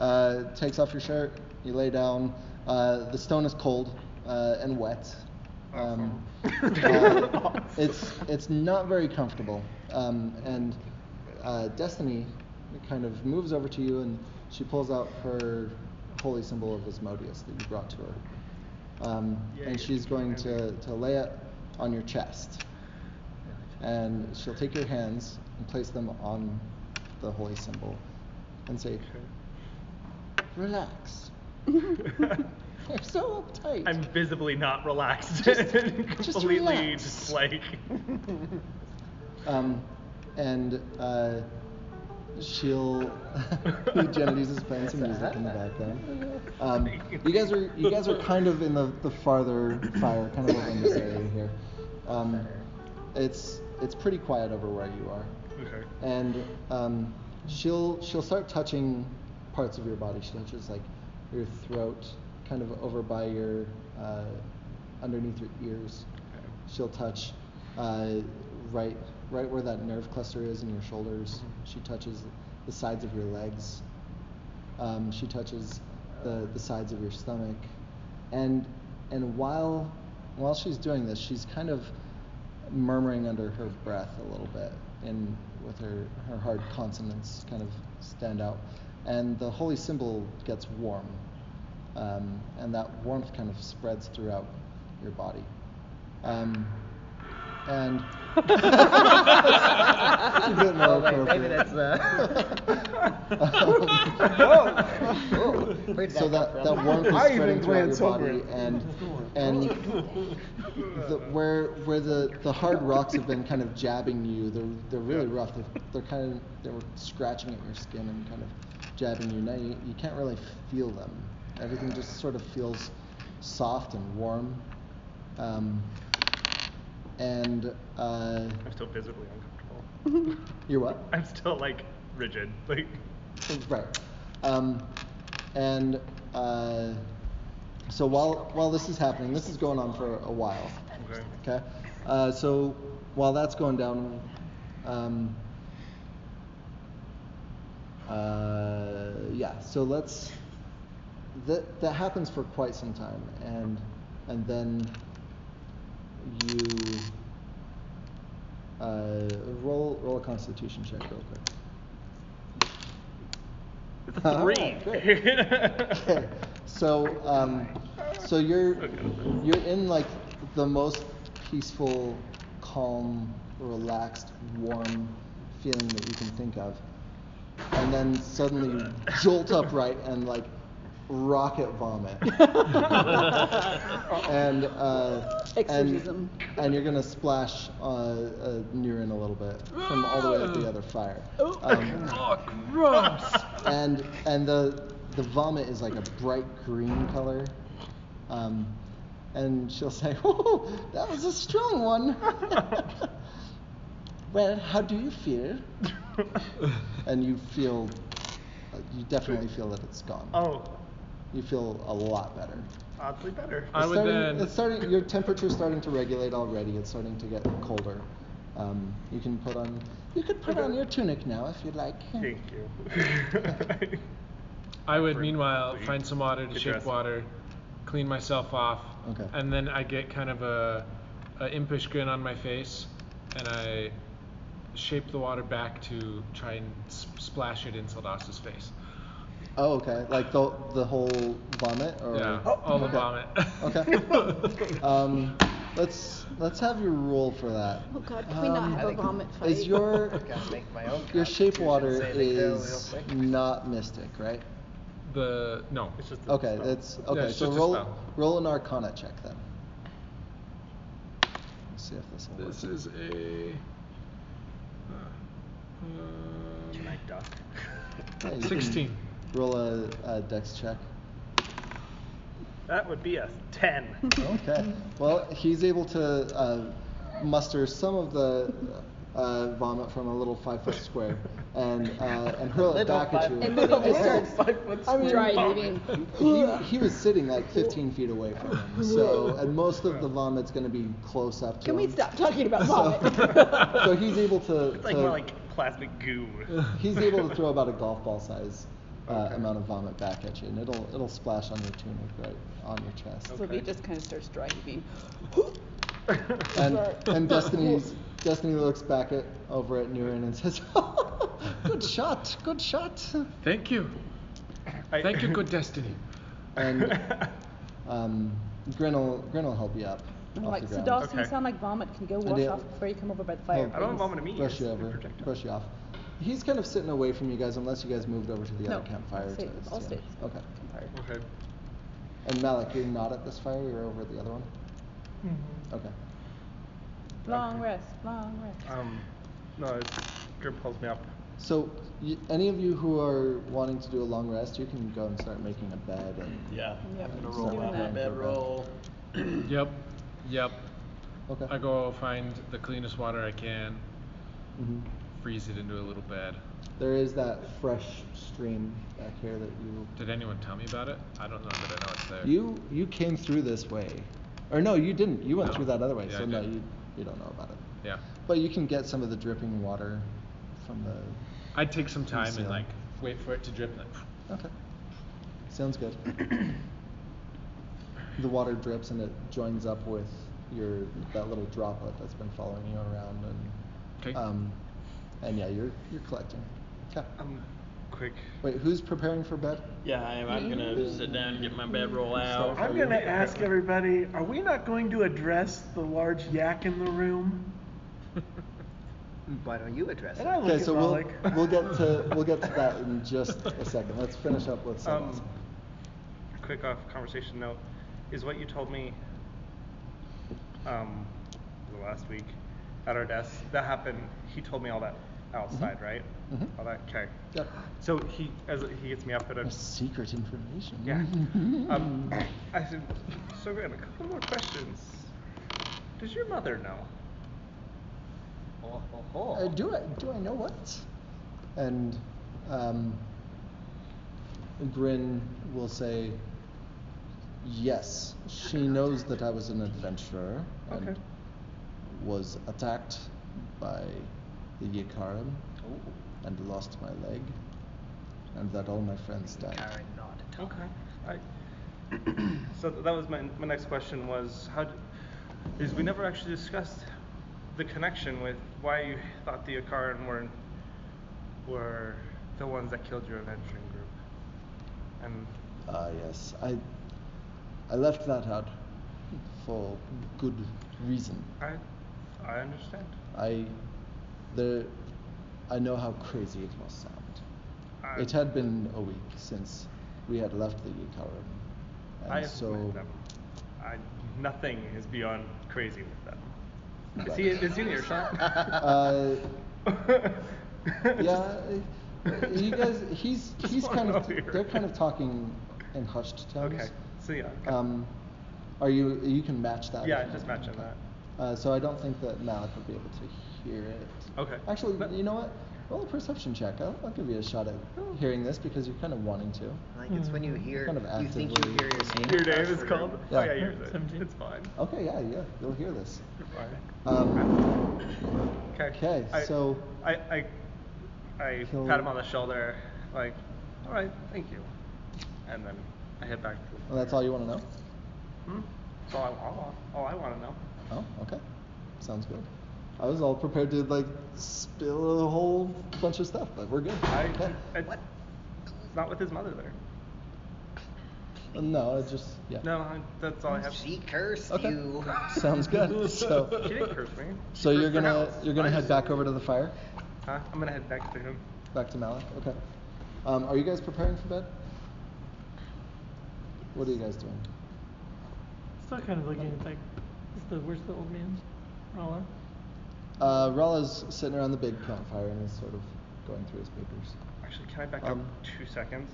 [SPEAKER 2] Uh, takes off your shirt. You lay down. Uh, the stone is cold uh, and wet.
[SPEAKER 8] Oh,
[SPEAKER 2] Um, uh, it's it's not very comfortable. Um, and uh, Destiny kind of moves over to you and she pulls out her holy symbol of Asmodeus that you brought to her. Um,
[SPEAKER 8] Yeah,
[SPEAKER 2] and
[SPEAKER 8] yeah.
[SPEAKER 2] she's going to, to lay it on your chest. And she'll take your hands and place them on the holy symbol and say, Relax. You're so uptight.
[SPEAKER 8] I'm visibly not relaxed.
[SPEAKER 2] Just- just
[SPEAKER 8] completely
[SPEAKER 2] relax.
[SPEAKER 8] just like
[SPEAKER 2] Um, and uh, she'll. Genevieve's is playing some music in the background. Um, you guys are you guys are kind of in the, the farther fire, kind of over in this area here. Um, it's it's pretty quiet over where you are,
[SPEAKER 8] Okay.
[SPEAKER 2] and um, she'll she'll start touching parts of your body. She touches like your throat, kind of over by your uh, underneath your ears. She'll touch uh, right, right where that nerve cluster is in your shoulders. She touches the sides of your legs. Um, she touches the, the sides of your stomach, and and while while she's doing this, she's kind of murmuring under her breath a little bit, and with her her hard consonants kind of stand out, and the holy symbol gets warm, um, and that warmth kind of spreads throughout your body, um, and. It's a bit more
[SPEAKER 1] Oh, wait, maybe
[SPEAKER 2] appropriate.
[SPEAKER 1] that's, uh,
[SPEAKER 2] Um,
[SPEAKER 1] Where'd
[SPEAKER 2] Oh. so
[SPEAKER 1] that come
[SPEAKER 2] that, that
[SPEAKER 1] from?
[SPEAKER 2] warmth is
[SPEAKER 4] Oh. I
[SPEAKER 2] spreading throughout
[SPEAKER 4] even glanced
[SPEAKER 2] your
[SPEAKER 4] over
[SPEAKER 2] body,
[SPEAKER 4] it.
[SPEAKER 2] and and the, where where the, the hard rocks have been kind of jabbing you, they're they're really rough. They're, they're kind of they were scratching at your skin and kind of jabbing you. Now you, you can't really feel them. Everything just sort of feels soft and warm, um, and uh,
[SPEAKER 8] I'm still visibly uncomfortable.
[SPEAKER 2] you're what?
[SPEAKER 8] I'm still like rigid. Like
[SPEAKER 2] Right. Um, and uh, so while while this is happening, this is going on for a while.
[SPEAKER 8] Okay.
[SPEAKER 2] Okay. Uh, so while that's going down, um, uh, yeah. So let's. That that happens for quite some time, and and then you uh, roll roll a Constitution check real quick.
[SPEAKER 8] it's a
[SPEAKER 2] Ah,
[SPEAKER 8] three.
[SPEAKER 2] Okay, so um, so you're you're in like the most peaceful, calm, relaxed, warm feeling that you can think of, and then suddenly you jolt upright and like rocket vomit, and uh,
[SPEAKER 3] Exorcism.
[SPEAKER 2] and and you're gonna splash uh, uh, urine a little bit from all the way up the other fire. Um,
[SPEAKER 6] Oh, gross.
[SPEAKER 2] and and the the vomit is like a bright green color. Um, and she'll say, "Oh, that was a strong one." well, how do you feel? and you feel, you definitely feel that it's gone.
[SPEAKER 8] oh,
[SPEAKER 2] You feel a lot better.
[SPEAKER 8] oddly better.
[SPEAKER 6] I
[SPEAKER 2] It's
[SPEAKER 6] would
[SPEAKER 2] starting,
[SPEAKER 6] then-
[SPEAKER 2] it's starting. Your temperature's starting to regulate already. It's starting to get colder. Um, you can put on. You could put on your tunic now if you'd like.
[SPEAKER 8] Thank you.
[SPEAKER 6] I would
[SPEAKER 8] For-
[SPEAKER 6] meanwhile
[SPEAKER 8] for
[SPEAKER 6] find
[SPEAKER 8] you.
[SPEAKER 6] some water to
[SPEAKER 8] Good
[SPEAKER 6] shake
[SPEAKER 8] dress.
[SPEAKER 6] water, clean myself off,
[SPEAKER 2] Okay.
[SPEAKER 6] and then I get kind of a, a impish grin on my face, and I shape the water back to try and s- splash it in Saldas's face.
[SPEAKER 2] Oh, okay. Like the the whole vomit, or
[SPEAKER 6] Yeah, all the
[SPEAKER 2] okay.
[SPEAKER 6] vomit.
[SPEAKER 2] Okay. um, let's let's have your rule for that.
[SPEAKER 3] Oh God, can we not
[SPEAKER 2] Um,
[SPEAKER 3] have a
[SPEAKER 1] think-
[SPEAKER 3] vomit fight?
[SPEAKER 2] Is your
[SPEAKER 1] Gotta make my own
[SPEAKER 2] your shape
[SPEAKER 1] constitution
[SPEAKER 2] water
[SPEAKER 1] saving throw real
[SPEAKER 2] is
[SPEAKER 1] quick.
[SPEAKER 2] not mystic, right?
[SPEAKER 6] the no.
[SPEAKER 8] It's just a
[SPEAKER 2] Okay,
[SPEAKER 8] spell.
[SPEAKER 2] that's okay.
[SPEAKER 6] it's
[SPEAKER 2] So
[SPEAKER 6] just a
[SPEAKER 2] roll
[SPEAKER 6] spell.
[SPEAKER 2] roll an Arcana check then. Let's see if this will work.
[SPEAKER 6] This is a.
[SPEAKER 8] Can I duck?
[SPEAKER 2] Yeah, you can
[SPEAKER 6] 16.
[SPEAKER 2] Roll a, a Dex check.
[SPEAKER 8] That would be a ten.
[SPEAKER 2] Okay. Well, he's able to uh, muster some of the uh, vomit from a little five foot square and uh, and hurl it
[SPEAKER 1] Little
[SPEAKER 2] back at
[SPEAKER 1] five-
[SPEAKER 2] you.
[SPEAKER 1] And little
[SPEAKER 2] It's-
[SPEAKER 1] bird.
[SPEAKER 2] I mean,
[SPEAKER 3] dry heaving.
[SPEAKER 2] he, he was sitting like 15 feet away from him, so and most of the vomit's going to be close up to
[SPEAKER 9] Can
[SPEAKER 2] him.
[SPEAKER 9] we stop talking about vomit?
[SPEAKER 2] So he's able to.
[SPEAKER 8] It's like
[SPEAKER 2] to-
[SPEAKER 8] more like plastic goo.
[SPEAKER 2] he's able to throw about a golf ball size uh, amount of vomit back at you, and it'll it'll splash on your tunic, right on your chest.
[SPEAKER 3] Sylvia just kind of starts dry heaving.
[SPEAKER 2] And, and Destiny's Destiny looks back at over at Nguyen and says, "Good shot, good shot."
[SPEAKER 6] Thank you.
[SPEAKER 8] I-
[SPEAKER 6] Thank you, good destiny.
[SPEAKER 2] And um, Grin will Grin will help you up. off
[SPEAKER 9] like,
[SPEAKER 2] the
[SPEAKER 9] so
[SPEAKER 2] ground.
[SPEAKER 9] Dawson, you
[SPEAKER 8] Okay.
[SPEAKER 9] sound like vomit. Can you go
[SPEAKER 2] And
[SPEAKER 9] wash
[SPEAKER 2] it-
[SPEAKER 9] off before you come over by the
[SPEAKER 2] He'll
[SPEAKER 9] fire?
[SPEAKER 8] I
[SPEAKER 2] brush-
[SPEAKER 8] don't have vomit in me,
[SPEAKER 2] Brush
[SPEAKER 8] it's
[SPEAKER 2] you
[SPEAKER 8] a
[SPEAKER 2] over,
[SPEAKER 8] projectile.
[SPEAKER 2] brush you off. He's kind of sitting away from you guys unless you guys moved over to the
[SPEAKER 9] No,
[SPEAKER 2] other campfire.
[SPEAKER 9] stay-
[SPEAKER 2] to-
[SPEAKER 9] I'll stay.
[SPEAKER 2] Okay.
[SPEAKER 9] Campfire.
[SPEAKER 8] okay.
[SPEAKER 2] And Malik, you're not at this fire. You're over at the other one.
[SPEAKER 4] Mm-hmm.
[SPEAKER 2] Okay.
[SPEAKER 9] Long rest, long rest.
[SPEAKER 8] Um, no, it's, Grim pulls me up.
[SPEAKER 2] So, y any of you who are wanting to do a long rest, you can go and start making a bed and
[SPEAKER 5] Yeah.
[SPEAKER 9] Yep.
[SPEAKER 5] I'm gonna
[SPEAKER 2] Just
[SPEAKER 5] roll
[SPEAKER 2] doing
[SPEAKER 5] out my
[SPEAKER 2] that.
[SPEAKER 5] bed roll.
[SPEAKER 6] Yep. Yep.
[SPEAKER 2] okay.
[SPEAKER 6] I go find the cleanest water I can,
[SPEAKER 2] Mhm.
[SPEAKER 6] freeze it into a little bed.
[SPEAKER 2] There is that fresh stream back here that you
[SPEAKER 6] Did anyone tell me about it? I don't know that I know it's there.
[SPEAKER 2] you you came through this way, or no, you didn't. You went
[SPEAKER 6] No.
[SPEAKER 2] through that other way,
[SPEAKER 6] Yeah,
[SPEAKER 2] so
[SPEAKER 6] I
[SPEAKER 2] no,
[SPEAKER 6] did.
[SPEAKER 2] you you don't know about it.
[SPEAKER 6] Yeah.
[SPEAKER 2] But you can get some of the dripping water from the.
[SPEAKER 6] I'd take
[SPEAKER 2] From
[SPEAKER 6] some
[SPEAKER 2] the
[SPEAKER 6] time and
[SPEAKER 2] ceiling.
[SPEAKER 6] like wait for it to drip. Like,
[SPEAKER 2] Okay. Sounds good. the water drips and it joins up with your that little droplet that's been following you around and.
[SPEAKER 6] 'Kay.
[SPEAKER 2] Um, and yeah, you're you're collecting. Okay.
[SPEAKER 8] I'm quick.
[SPEAKER 2] Wait, who's preparing for bed?
[SPEAKER 5] Yeah, I'm, I'm gonna
[SPEAKER 2] Mm-hmm.
[SPEAKER 5] sit down and get my bedroll out.
[SPEAKER 4] I'm gonna ask everybody, are we not going to address the large yak in the room?
[SPEAKER 1] Mm, Why don't you address
[SPEAKER 4] And I
[SPEAKER 1] it?
[SPEAKER 4] look
[SPEAKER 2] Okay,
[SPEAKER 4] at
[SPEAKER 2] so we'll
[SPEAKER 4] Malik.
[SPEAKER 2] we'll get to we'll get to that in just a second. Let's finish up with some.
[SPEAKER 8] Um, quick off conversation note is what you told me um, the last week at our desk. That happened. He told me all that outside, right?
[SPEAKER 2] Mhm.
[SPEAKER 8] All that. Okay.
[SPEAKER 2] Yep.
[SPEAKER 8] So he as he gets me up at a
[SPEAKER 2] Secret information.
[SPEAKER 8] yeah. um, I said, so Grant, a couple more questions. Does your mother know?
[SPEAKER 1] Oh, oh, oh.
[SPEAKER 2] Uh, do I do I know what? And um, Grin will say, yes, she knows that I was an adventurer and
[SPEAKER 8] Okay.
[SPEAKER 2] was attacked by the Yikarim
[SPEAKER 1] Ooh,
[SPEAKER 2] and lost my leg, and that all my friends died.
[SPEAKER 1] Karen, not at all.
[SPEAKER 8] Okay. I, so th- that was my, my next question was how d- is we never actually discussed the connection with why you thought the Akaran were were the ones that killed your adventuring group. And
[SPEAKER 2] Ah yes, I I left that out for good reason.
[SPEAKER 8] I I understand.
[SPEAKER 2] I there I know how crazy it must sound.
[SPEAKER 8] I,
[SPEAKER 2] It had been a week since we had left the Yikarim. And
[SPEAKER 8] I have
[SPEAKER 2] so
[SPEAKER 8] met them. I, nothing is beyond crazy with them. Is
[SPEAKER 2] Right.
[SPEAKER 8] he is he in earshot?
[SPEAKER 2] uh, yeah,
[SPEAKER 8] Just-
[SPEAKER 2] uh, you guys he's
[SPEAKER 8] Just
[SPEAKER 2] he's
[SPEAKER 8] walk
[SPEAKER 2] kind of
[SPEAKER 8] over here.
[SPEAKER 2] they're kind of talking in hushed tones.
[SPEAKER 8] Okay. So yeah. okay.
[SPEAKER 2] Um are you you can match that?
[SPEAKER 8] Yeah,
[SPEAKER 2] if you
[SPEAKER 8] just
[SPEAKER 2] want.
[SPEAKER 8] matching that.
[SPEAKER 2] Uh, so I don't think that Malik would be able to hear it.
[SPEAKER 8] Okay.
[SPEAKER 2] Actually,
[SPEAKER 8] But-
[SPEAKER 2] you know what? Roll a perception check. I'll, I'll give you a shot at
[SPEAKER 8] Oh.
[SPEAKER 2] hearing this because you're kind of wanting to.
[SPEAKER 1] Like it's when you hear,
[SPEAKER 2] Mm-hmm. Kind of
[SPEAKER 1] you think you
[SPEAKER 2] actively
[SPEAKER 1] hear your name. across
[SPEAKER 8] Your name
[SPEAKER 1] the
[SPEAKER 8] is
[SPEAKER 1] room.
[SPEAKER 8] called?
[SPEAKER 2] Yeah. Oh.
[SPEAKER 8] Oh, yeah, yours is.
[SPEAKER 7] Seventeen.
[SPEAKER 8] It's fine.
[SPEAKER 2] Okay, yeah, yeah, you'll hear this. Um,
[SPEAKER 8] Okay.
[SPEAKER 2] 'Kay,
[SPEAKER 8] I,
[SPEAKER 2] so-
[SPEAKER 8] I, I, I
[SPEAKER 2] He'll-
[SPEAKER 8] pat him on the shoulder, like, all right, thank you. And then I head back to
[SPEAKER 2] well, that's all you want to know?
[SPEAKER 8] Hmm? That's all I, all, all I want to know.
[SPEAKER 2] Oh, okay. Sounds good. I was all prepared to like spill a whole bunch of stuff, but we're good.
[SPEAKER 8] I,
[SPEAKER 2] okay.
[SPEAKER 8] it's not with his mother there.
[SPEAKER 2] Uh, No, it just yeah.
[SPEAKER 8] No, I, that's all Oh, I have.
[SPEAKER 1] She cursed
[SPEAKER 2] Okay.
[SPEAKER 1] you.
[SPEAKER 2] Sounds good.
[SPEAKER 8] She
[SPEAKER 2] So,
[SPEAKER 8] didn't curse me. She
[SPEAKER 2] so you're
[SPEAKER 8] cursed her
[SPEAKER 2] gonna
[SPEAKER 8] house.
[SPEAKER 2] you're gonna
[SPEAKER 8] I
[SPEAKER 2] head
[SPEAKER 8] just-
[SPEAKER 2] back over to the fire,
[SPEAKER 8] Huh? I'm gonna head back to him.
[SPEAKER 2] back to Malik. Okay. Um, are you guys preparing for bed? What are you guys doing?
[SPEAKER 7] Still kind of
[SPEAKER 4] Um,
[SPEAKER 7] looking at like, is the where's the old man? Rala?
[SPEAKER 2] Uh, Rala's sitting around the big campfire and is sort of going through his papers.
[SPEAKER 8] Actually, can I back
[SPEAKER 2] Um,
[SPEAKER 8] up two seconds?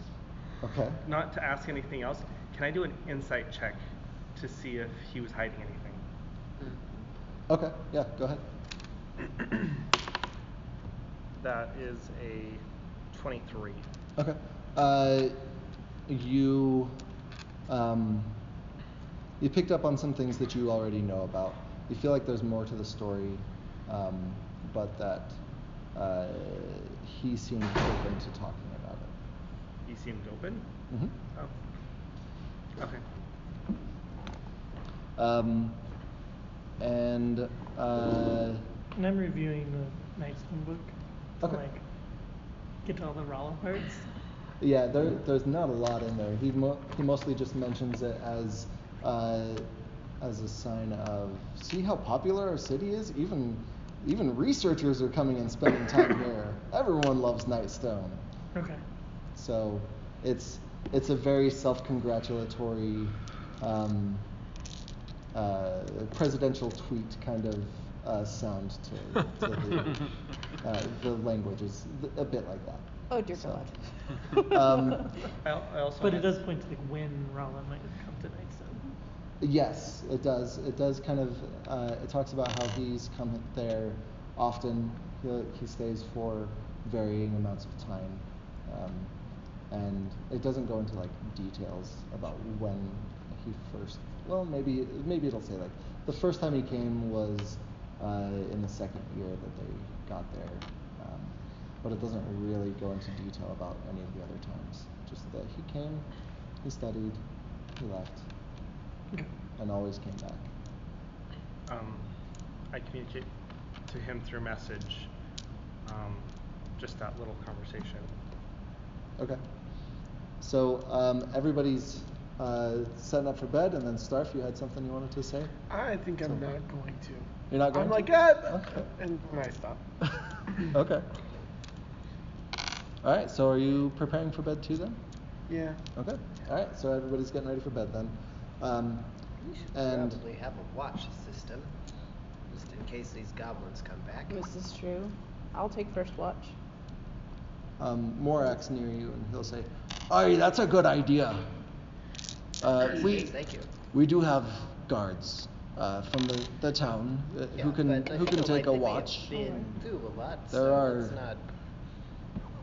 [SPEAKER 2] Okay.
[SPEAKER 8] Not to ask anything else, can I do an insight check to see if he was hiding anything?
[SPEAKER 2] Okay. Yeah. Go ahead.
[SPEAKER 8] That is a 23.
[SPEAKER 2] Okay. Uh, you um, you picked up on some things that you already know about. You feel like there's more to the story, um, but that uh, he seemed open to talking about it.
[SPEAKER 8] He seemed open.
[SPEAKER 2] hmm
[SPEAKER 8] Oh. Okay.
[SPEAKER 2] Um, and uh,
[SPEAKER 7] And I'm reviewing the Nightstone book to
[SPEAKER 2] Okay.
[SPEAKER 7] like get to all the Rala parts.
[SPEAKER 2] Yeah, there, there's not a lot in there. He, mo- he mostly just mentions it as uh, as a sign of see how popular our city is. Even even researchers are coming and spending time here. Everyone loves Nightstone.
[SPEAKER 7] Okay.
[SPEAKER 2] So it's it's a very self-congratulatory um, uh, presidential tweet kind of uh, sound to, to the, uh, the language is th- a bit like that.
[SPEAKER 9] Oh, dear
[SPEAKER 2] So-
[SPEAKER 9] God.
[SPEAKER 2] Um,
[SPEAKER 8] I, al- I also
[SPEAKER 7] But it
[SPEAKER 8] wanna-
[SPEAKER 7] does point to like when Rala might have come to Nightstone.
[SPEAKER 2] Yes, it does. It does kind of. Uh, it talks about how he's come there often. He, he stays for varying amounts of time, um, and it doesn't go into like details about when he first. Well, maybe maybe it'll say like the first time he came was uh, in the second year that they got there. Um, but it doesn't really go into detail about any of the other times. Just that he came, he studied, he left, and always came back.
[SPEAKER 8] um, I communicate to him through message, um, just that little conversation.
[SPEAKER 2] Okay. So um, everybody's uh, setting up for bed, and then Starf, you had something you wanted to say?
[SPEAKER 4] I think I'm not going to.
[SPEAKER 2] You're not going
[SPEAKER 4] I'm
[SPEAKER 2] to?
[SPEAKER 4] like, ah,
[SPEAKER 2] Okay.
[SPEAKER 4] and I stop.
[SPEAKER 2] okay. All right. So are you preparing for bed too then?
[SPEAKER 4] Yeah.
[SPEAKER 2] Okay. All right. So everybody's getting ready for bed then. Um,
[SPEAKER 1] You should
[SPEAKER 2] and
[SPEAKER 1] probably have a watch system, just in case these goblins come back.
[SPEAKER 9] This is true. I'll take first watch.
[SPEAKER 2] um, Morax near you, and he'll say, "Aye, that's a good idea. Uh, we
[SPEAKER 1] Thank you.
[SPEAKER 2] we do have guards uh, from the, the town uh, who
[SPEAKER 1] Yeah,
[SPEAKER 2] can
[SPEAKER 1] but I
[SPEAKER 2] who
[SPEAKER 1] feel
[SPEAKER 2] can take a
[SPEAKER 1] like
[SPEAKER 2] watch."
[SPEAKER 1] They've been through a lot,
[SPEAKER 2] There
[SPEAKER 1] so
[SPEAKER 2] are-
[SPEAKER 1] it's not.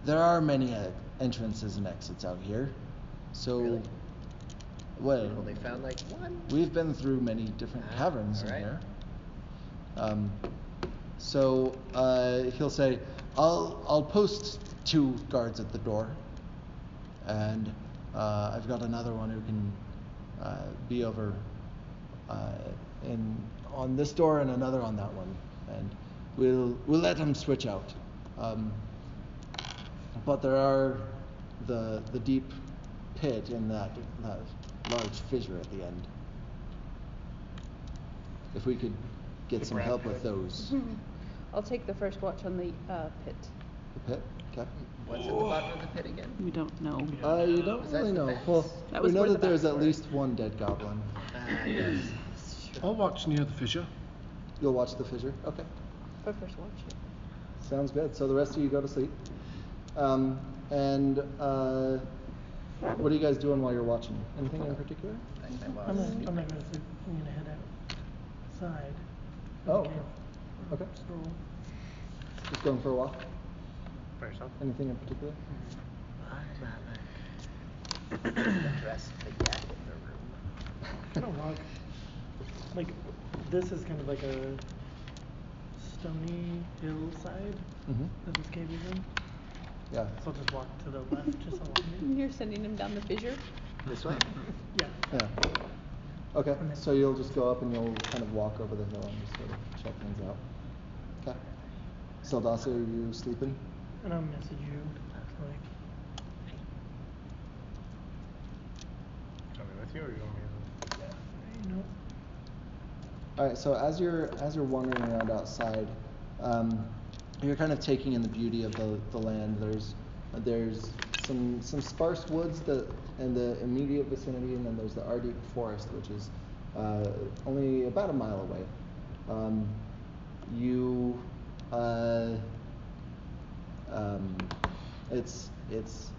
[SPEAKER 2] There are many uh, entrances and exits out here. So,
[SPEAKER 1] Really?
[SPEAKER 2] well,
[SPEAKER 1] Well, they found like one.
[SPEAKER 2] we've been through many different
[SPEAKER 1] Ah,
[SPEAKER 2] caverns in
[SPEAKER 1] alright.
[SPEAKER 2] here. Um, so uh, he'll say, "I'll I'll post two guards at the door, and uh, I've got another one who can uh, be over uh, in on this door and another on that one, and we'll we'll let them switch out." Um, but there are the the deep pit and that that large fissure at the end. If we could get
[SPEAKER 4] The
[SPEAKER 2] some
[SPEAKER 4] Brad
[SPEAKER 2] help
[SPEAKER 4] Pitt.
[SPEAKER 2] with those.
[SPEAKER 9] I'll take the first watch on the uh, pit.
[SPEAKER 2] the pit? Okay.
[SPEAKER 1] What's at the bottom of the pit again?
[SPEAKER 3] We don't know.
[SPEAKER 2] Uh, you don't
[SPEAKER 1] Besides
[SPEAKER 2] really
[SPEAKER 1] the
[SPEAKER 2] know.
[SPEAKER 1] bats.
[SPEAKER 2] Well,
[SPEAKER 3] That
[SPEAKER 2] we
[SPEAKER 3] was
[SPEAKER 2] know
[SPEAKER 3] where the
[SPEAKER 2] that there's
[SPEAKER 3] bats
[SPEAKER 2] at
[SPEAKER 3] were.
[SPEAKER 2] least one dead goblin.
[SPEAKER 1] Ah, yes. Sure.
[SPEAKER 6] I'll watch near the fissure.
[SPEAKER 2] You'll watch the fissure? Okay.
[SPEAKER 9] For Oh, first watch.
[SPEAKER 2] Sounds good. So the rest of you go to sleep. Um, and uh, what are you guys doing while you're watching? Anything in particular?
[SPEAKER 1] Like my
[SPEAKER 7] I'm
[SPEAKER 1] boss.
[SPEAKER 7] not, I'm not gonna sleep. I'm gonna head outside.
[SPEAKER 2] Oh,
[SPEAKER 7] Okay.
[SPEAKER 2] okay.
[SPEAKER 7] So,
[SPEAKER 2] Just going for a walk?
[SPEAKER 8] By yourself?
[SPEAKER 2] Anything in particular?
[SPEAKER 1] Address the yak in the room.
[SPEAKER 7] kind of rock. Like, this is kind of like a stony hillside
[SPEAKER 2] Mm-hmm.
[SPEAKER 7] that this cave is in.
[SPEAKER 2] Yeah.
[SPEAKER 7] So I'll just walk to the left just along here.
[SPEAKER 9] You're sending him down the fissure?
[SPEAKER 2] This way?
[SPEAKER 7] Yeah.
[SPEAKER 2] Yeah. Okay, so you'll just go up and you'll kind of walk over the hill and just sort of check things out. Okay. Saldasa, are you sleeping?
[SPEAKER 7] And I'll message you. Like,
[SPEAKER 8] Coming with you, or you want me to?
[SPEAKER 7] you know,
[SPEAKER 2] All right. So as you're as you're wandering around outside, um, you're kind of taking in the beauty of the, the land. There's there's some some sparse woods that in the immediate vicinity, and then there's the Ardeep Forest, which is uh, only about a mile away. Um, you uh, um, it's it's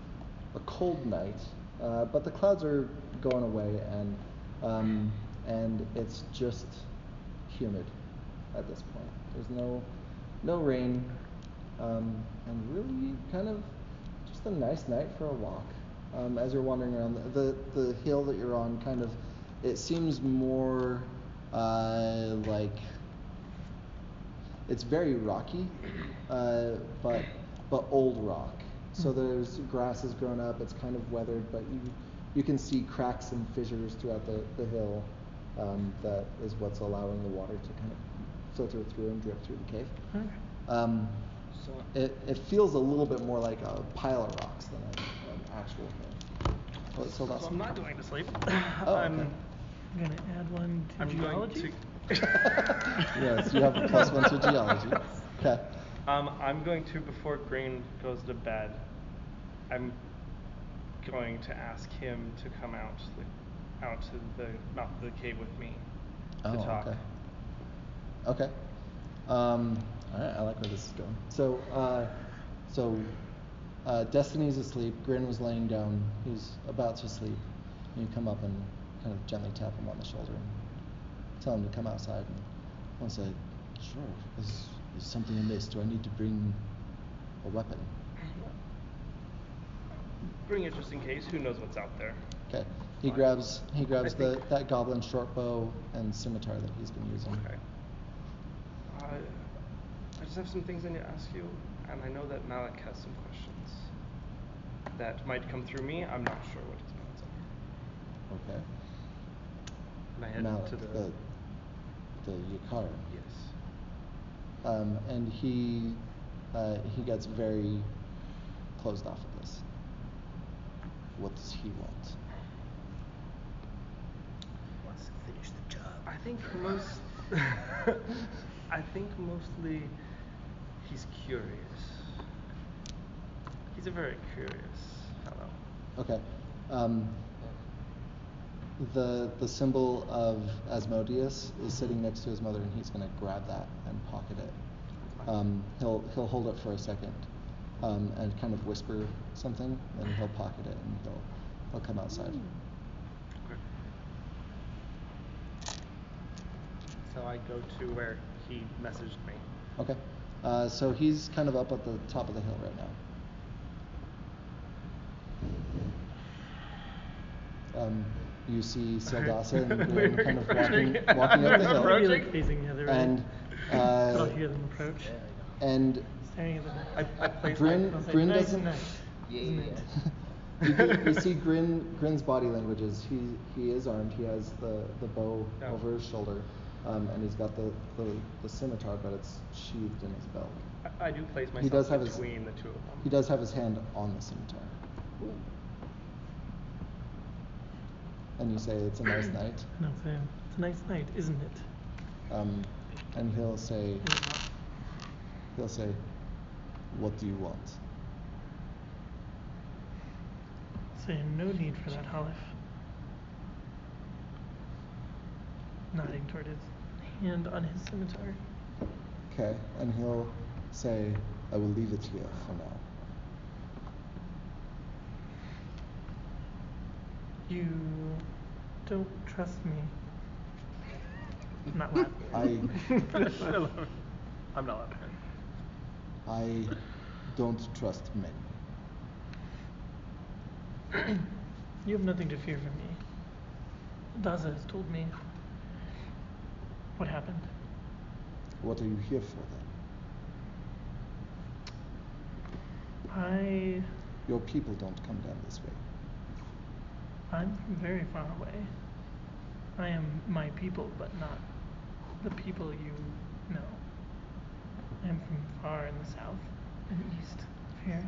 [SPEAKER 2] a cold night, uh, but the clouds are going away, and um, and it's just humid at this point. There's no no rain, um, and really kind of just a nice night for a walk. Um, as you're wandering around, the the hill that you're on kind of it seems more uh, like it's very rocky, uh, but but old rock. So there's grass has grown up. It's kind of weathered, but you you can see cracks and fissures throughout the the hill. Um, that is what's allowing the water to kind of filter through and drip through the cave.
[SPEAKER 7] Hmm.
[SPEAKER 2] Um, it, it feels a little bit more like a pile of rocks than a- an actual hill. Well, so that's-
[SPEAKER 8] So I'm not going to sleep.
[SPEAKER 2] Oh,
[SPEAKER 8] I'm,
[SPEAKER 2] okay.
[SPEAKER 7] I'm gonna add one to
[SPEAKER 8] I'm going
[SPEAKER 7] geology.
[SPEAKER 8] to.
[SPEAKER 2] yes, you have a plus one to geology. Okay.
[SPEAKER 8] Um, I'm going to before Green goes to bed. I'm going to ask him to come out to the out to the mouth of the cave with me to
[SPEAKER 2] Oh,
[SPEAKER 8] talk.
[SPEAKER 2] okay. Okay. Um, all right, I like where this is going. So, uh, so uh, Destiny's asleep. Grin was laying down. He's about to sleep. And you come up and kind of gently tap him on the shoulder and tell him to come outside. And he'll say, "Sure. Is is something amiss? Do I need to bring a weapon?"
[SPEAKER 8] Bring it just in case. Who knows what's out there?
[SPEAKER 2] Okay. He grabs he grabs
[SPEAKER 8] I
[SPEAKER 2] the
[SPEAKER 8] think-
[SPEAKER 2] that goblin short bow and scimitar that he's been using.
[SPEAKER 8] Okay. I Uh, I just have some things I need to ask you, and I know that Malik has some questions that might come through me. I'm not sure what his plans are.
[SPEAKER 2] Okay.
[SPEAKER 8] And I head
[SPEAKER 2] Malik,
[SPEAKER 8] to the,
[SPEAKER 2] the the Yakar.
[SPEAKER 8] yes.
[SPEAKER 2] Um, and he uh, he gets very closed off of this. What does he want?
[SPEAKER 8] Wants to finish the job. I think most. I think mostly, he's curious. He's a very curious fellow.
[SPEAKER 2] Okay. Um, the the symbol of Asmodeus is sitting next to his mother, and he's going to grab that and pocket it. Um, he'll he'll hold it for a second, um, and kind of whisper something, and he'll pocket it, and he'll he'll come outside.
[SPEAKER 8] Okay. So I go to where he messaged me.
[SPEAKER 2] Okay. Uh, so he's kind of up at the top of the hill right now. Um, you see Seldasa and
[SPEAKER 8] We
[SPEAKER 2] Grim
[SPEAKER 8] were
[SPEAKER 2] kind of
[SPEAKER 8] approaching.
[SPEAKER 2] walking, walking up the
[SPEAKER 8] We're
[SPEAKER 2] hill.
[SPEAKER 8] approaching.
[SPEAKER 7] Facing the other way.
[SPEAKER 2] and
[SPEAKER 7] I
[SPEAKER 2] uh,
[SPEAKER 7] don't hear them approach.
[SPEAKER 2] and
[SPEAKER 7] Staring at the back.
[SPEAKER 8] I, I place
[SPEAKER 2] Grin,
[SPEAKER 7] I'll say,
[SPEAKER 2] Grin
[SPEAKER 7] nice,
[SPEAKER 2] doesn't.
[SPEAKER 7] nice.
[SPEAKER 2] you, do- you see Grin, Grin's body language is he he is armed. He has the, the bow
[SPEAKER 8] Oh.
[SPEAKER 2] over his shoulder, um, and he's got the, the, the scimitar, but it's sheathed in his belt.
[SPEAKER 8] I, I do place myself
[SPEAKER 2] He does have his-
[SPEAKER 8] between the two of them.
[SPEAKER 2] He does have his hand on the scimitar. And you say it's a nice night,
[SPEAKER 7] No, it's a, it's a nice night, isn't it?
[SPEAKER 2] um, and he'll say he'll say, "What do you want?"
[SPEAKER 7] So no need for that, Halif. Nodding toward his hand on his scimitar.
[SPEAKER 2] Okay, and he'll say, "I will leave it here for now."
[SPEAKER 7] You don't trust me. Not loud.
[SPEAKER 2] I
[SPEAKER 8] I'm not laughing.
[SPEAKER 2] I don't trust men.
[SPEAKER 7] You have nothing to fear from me. Daza has told me what happened.
[SPEAKER 2] What are you here for then?
[SPEAKER 7] I
[SPEAKER 2] Your people don't come down this way.
[SPEAKER 7] I'm from very far away. I am my people, but not the people you know. I'm from far in the south and east of here.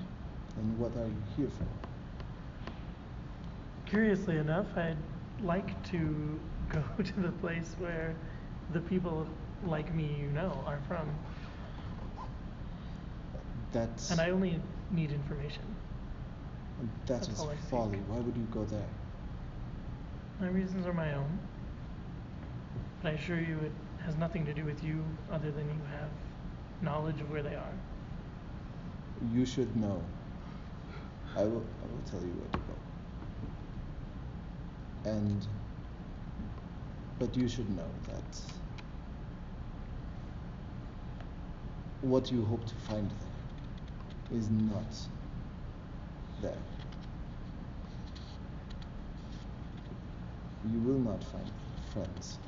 [SPEAKER 2] And what are you here for?
[SPEAKER 7] Curiously enough, I'd like to go to the place where the people like me you know are from,
[SPEAKER 2] That's
[SPEAKER 7] and I only need information.
[SPEAKER 2] that
[SPEAKER 7] that's
[SPEAKER 2] is
[SPEAKER 7] all I
[SPEAKER 2] folly.
[SPEAKER 7] think.
[SPEAKER 2] Why would you go there?
[SPEAKER 7] My reasons are my own, but I assure you it has nothing to do with you other than you have knowledge of where they are.
[SPEAKER 2] You should know. I will I will tell you where to go. And but you should know that what you hope to find there is not there. You will not find friends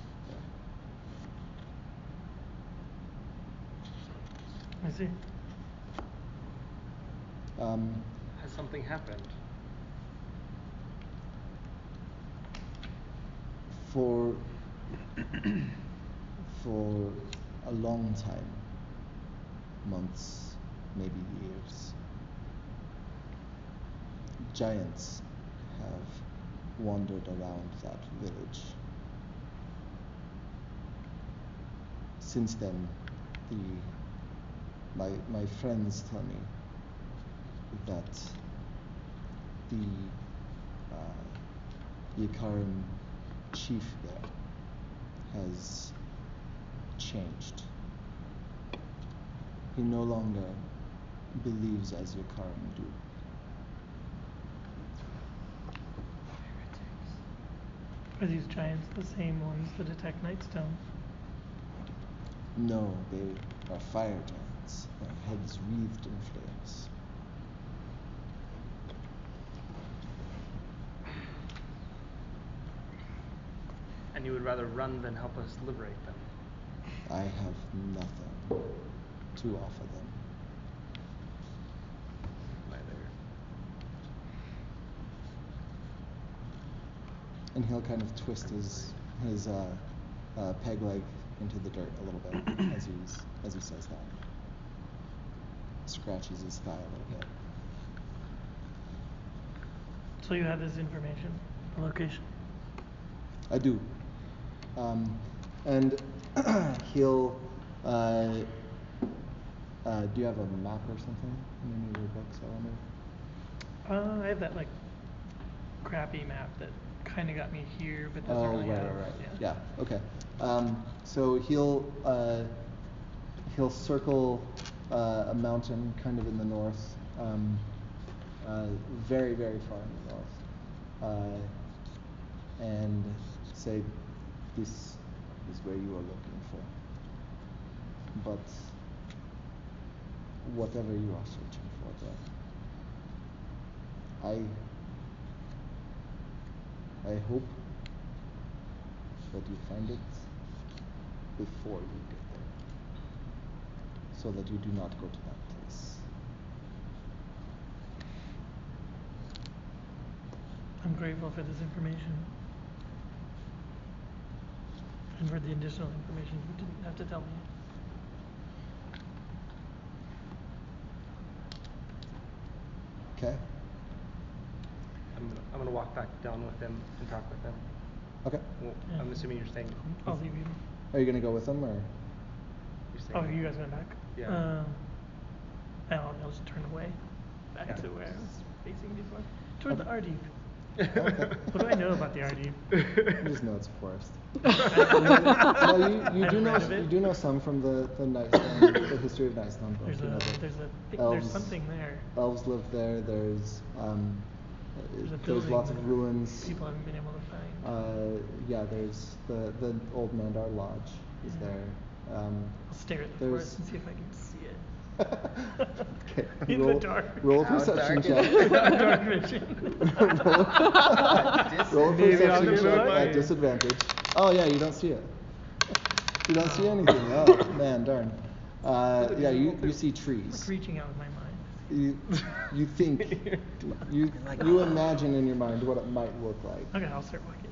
[SPEAKER 2] there.
[SPEAKER 7] I see.
[SPEAKER 2] Um,
[SPEAKER 8] Has something happened?
[SPEAKER 2] for for a long time months maybe years giants have wandered around that village since then the my my friends tell me that the uh, Yikarim chief there has changed. He no longer believes as Yikarim do.
[SPEAKER 7] Are these giants the same ones that attack Nightstone?
[SPEAKER 2] No, they are fire giants, their heads wreathed in flames.
[SPEAKER 8] And you would rather run than help us liberate them.
[SPEAKER 2] I have nothing to offer them. And he'll kind of twist his his uh, uh, peg leg into the dirt a little bit as he's as he says that. Scratches his thigh a little bit.
[SPEAKER 7] So you have this information, the location.
[SPEAKER 2] I do. Um, and he'll. Uh, uh, do you have a map or something in any of your books, Eleanor?
[SPEAKER 7] Uh, I have that like crappy map that kind of got me here, but doesn't
[SPEAKER 2] oh,
[SPEAKER 7] really
[SPEAKER 2] right,
[SPEAKER 7] have.
[SPEAKER 2] right, right. Yeah. Okay. Um, so he'll uh, he'll circle uh, a mountain kind of in the north, um, uh, very very far in the north, uh, and say, "This is where you are looking for." But whatever you are searching for, there, I I hope that you find it before you get there, so that you do not go to that place.
[SPEAKER 7] I'm grateful for this information. And for the additional information you didn't have to tell me.
[SPEAKER 2] Okay.
[SPEAKER 8] I'm gonna, I'm gonna walk back down with them and talk with them.
[SPEAKER 2] Okay.
[SPEAKER 8] Well,
[SPEAKER 7] Yeah.
[SPEAKER 8] I'm assuming you're staying.
[SPEAKER 7] I'll leave you.
[SPEAKER 2] Are you gonna go with them or?
[SPEAKER 8] You're staying
[SPEAKER 7] Oh,
[SPEAKER 8] with
[SPEAKER 7] you
[SPEAKER 8] them.
[SPEAKER 7] guys went back?
[SPEAKER 8] Yeah.
[SPEAKER 7] Um, I don't know, I'll just turn away. Back
[SPEAKER 8] Yeah.
[SPEAKER 7] to where I was facing before. Toward the Ardeep.
[SPEAKER 2] Okay.
[SPEAKER 7] What do I know about the Ardeep?
[SPEAKER 2] You just know it's a forest.
[SPEAKER 7] I-
[SPEAKER 2] well, you, you
[SPEAKER 7] I've
[SPEAKER 2] do know
[SPEAKER 7] read of
[SPEAKER 2] you
[SPEAKER 7] it.
[SPEAKER 2] do know some from the the Nightstone, the history of Nightstone book.
[SPEAKER 7] There's
[SPEAKER 2] you know
[SPEAKER 7] a,
[SPEAKER 2] that
[SPEAKER 7] there's a, thi-
[SPEAKER 2] elves-
[SPEAKER 7] there's something there.
[SPEAKER 2] Elves live there. There's um, uh,
[SPEAKER 7] There's a
[SPEAKER 2] there's
[SPEAKER 7] building
[SPEAKER 2] lots of
[SPEAKER 7] that
[SPEAKER 2] ruins.
[SPEAKER 7] People haven't been able to find.
[SPEAKER 2] Uh, yeah, there's the the old Mandar Lodge is
[SPEAKER 7] Yeah.
[SPEAKER 2] there. Um,
[SPEAKER 7] I'll stare at the
[SPEAKER 2] there's-
[SPEAKER 7] forest and see if I can see it.
[SPEAKER 2] okay,
[SPEAKER 7] In the
[SPEAKER 2] roll,
[SPEAKER 7] dark.
[SPEAKER 2] Roll a
[SPEAKER 1] How
[SPEAKER 2] perception
[SPEAKER 1] dark
[SPEAKER 2] check.
[SPEAKER 7] Dark vision.
[SPEAKER 2] roll, a- roll a
[SPEAKER 8] Maybe I'll
[SPEAKER 2] perception
[SPEAKER 8] do
[SPEAKER 2] check
[SPEAKER 8] it.
[SPEAKER 2] at disadvantage. Oh yeah, you don't see it. You don't see anything. Oh man, darn. Uh, yeah, you, you see trees.
[SPEAKER 7] Like reaching out with my mind.
[SPEAKER 2] You you think you you imagine in your mind what it might look like,
[SPEAKER 7] Okay, I'll start walking.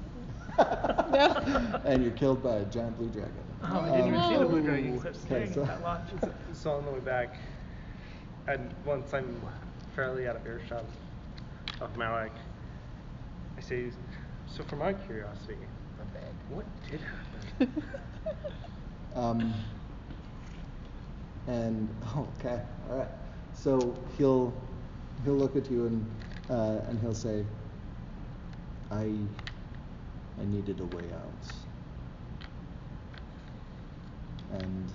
[SPEAKER 2] and you're killed by a giant blue dragon.
[SPEAKER 7] Oh, I didn't even see the blue dragon because I was
[SPEAKER 2] okay,
[SPEAKER 7] staring
[SPEAKER 2] so-
[SPEAKER 7] at that lodge.
[SPEAKER 8] So on the way back, and once I'm fairly out of earshot of Malak, I say, so for my curiosity, what did happen?
[SPEAKER 2] Um, and oh, okay, all right. So he'll he'll look at you and uh, and he'll say, "I I needed a way out, and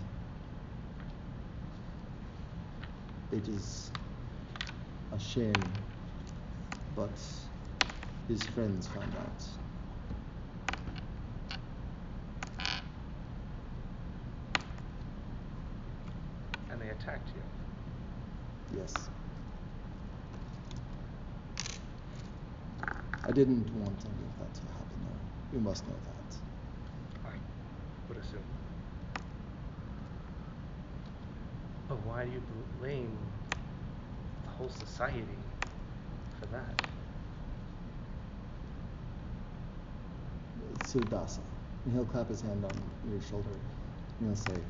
[SPEAKER 2] it is a shame, but his friends found out."
[SPEAKER 8] and they attacked you.
[SPEAKER 2] Yes. I didn't want any of that to happen, though. You must know that.
[SPEAKER 8] I would assume. But why do you blame the whole society for that?
[SPEAKER 2] Sudasa. And he'll clap his hand on your shoulder and he'll say,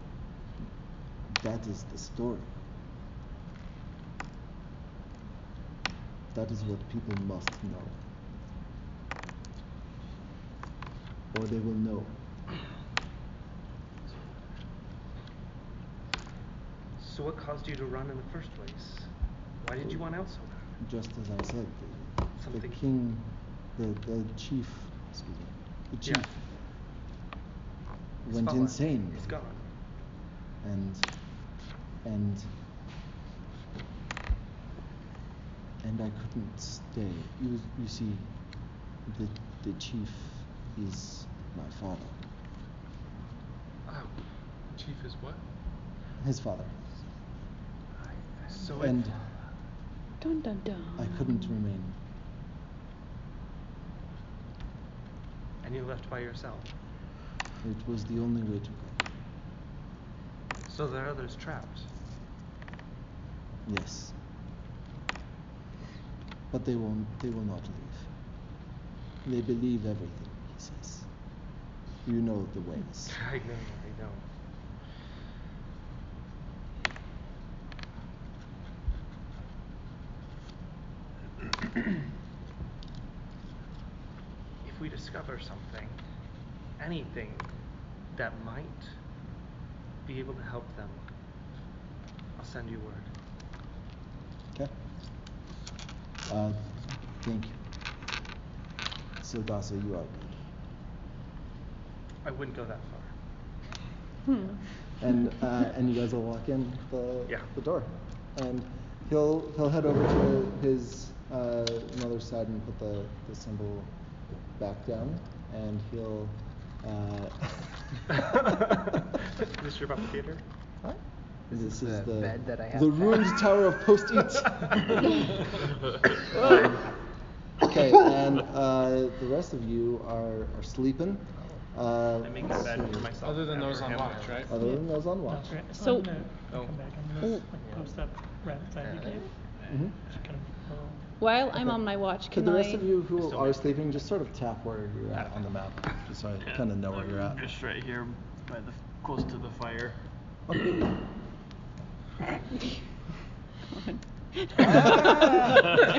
[SPEAKER 2] That is the story. That is what people must know. Or they will know.
[SPEAKER 8] So what caused you to run in the first place? Why did you want out so bad?
[SPEAKER 2] Just as I said, the, the
[SPEAKER 8] Something-
[SPEAKER 2] king, the, the chief, excuse me, the
[SPEAKER 8] Yeah.
[SPEAKER 2] chief
[SPEAKER 8] It's
[SPEAKER 2] went
[SPEAKER 8] gone.
[SPEAKER 2] insane.
[SPEAKER 8] It's gone.
[SPEAKER 2] and and and I couldn't stay. You you see, the the chief is my father.
[SPEAKER 8] Oh, chief is what?
[SPEAKER 2] His father.
[SPEAKER 8] So
[SPEAKER 2] and
[SPEAKER 8] it,
[SPEAKER 9] Dun dun dun.
[SPEAKER 2] I couldn't remain.
[SPEAKER 8] and you left by yourself.
[SPEAKER 2] It was the only way to go.
[SPEAKER 8] So there are others trapped.
[SPEAKER 2] Yes. But they will, they will not leave. They believe everything he says. You know the ways.
[SPEAKER 8] I know, I know. if we discover something, anything that might be able to help them, I'll send you word.
[SPEAKER 2] Okay. Uh, thank you. So Dasa, you are good.
[SPEAKER 8] I wouldn't go that far.
[SPEAKER 3] Hmm.
[SPEAKER 2] And uh, and you guys will walk in the
[SPEAKER 8] Yeah.
[SPEAKER 2] the door, and he'll he'll head over to his uh, mother's side and put the, the symbol back down, and he'll. Uh,
[SPEAKER 8] Is this your Papa Theater?
[SPEAKER 2] What? This is
[SPEAKER 1] the
[SPEAKER 2] the
[SPEAKER 1] bed that I have
[SPEAKER 2] The
[SPEAKER 1] back.
[SPEAKER 2] ruined tower of post okay, and uh, the rest of you are, are sleeping. Uh,
[SPEAKER 8] I make a bed for
[SPEAKER 2] so-
[SPEAKER 8] myself.
[SPEAKER 6] Other than those
[SPEAKER 8] after
[SPEAKER 6] on
[SPEAKER 8] him.
[SPEAKER 6] watch, right?
[SPEAKER 2] Other than those on watch.
[SPEAKER 7] That's right.
[SPEAKER 3] So-
[SPEAKER 7] I'm gonna
[SPEAKER 6] Oh.
[SPEAKER 7] come back. I'm gonna like, post up right beside the cave.
[SPEAKER 2] Mhm.
[SPEAKER 7] Just kind of oh. go.
[SPEAKER 3] While I'm
[SPEAKER 2] Okay.
[SPEAKER 3] on my watch,
[SPEAKER 2] Could
[SPEAKER 3] can
[SPEAKER 2] the
[SPEAKER 3] I?
[SPEAKER 2] rest of you who
[SPEAKER 8] Still
[SPEAKER 2] are
[SPEAKER 8] make it.
[SPEAKER 2] sleeping just sort of tap where you're at on the map, just so I kind of know where you're at?
[SPEAKER 5] Just right here, by the close to the fire.
[SPEAKER 8] It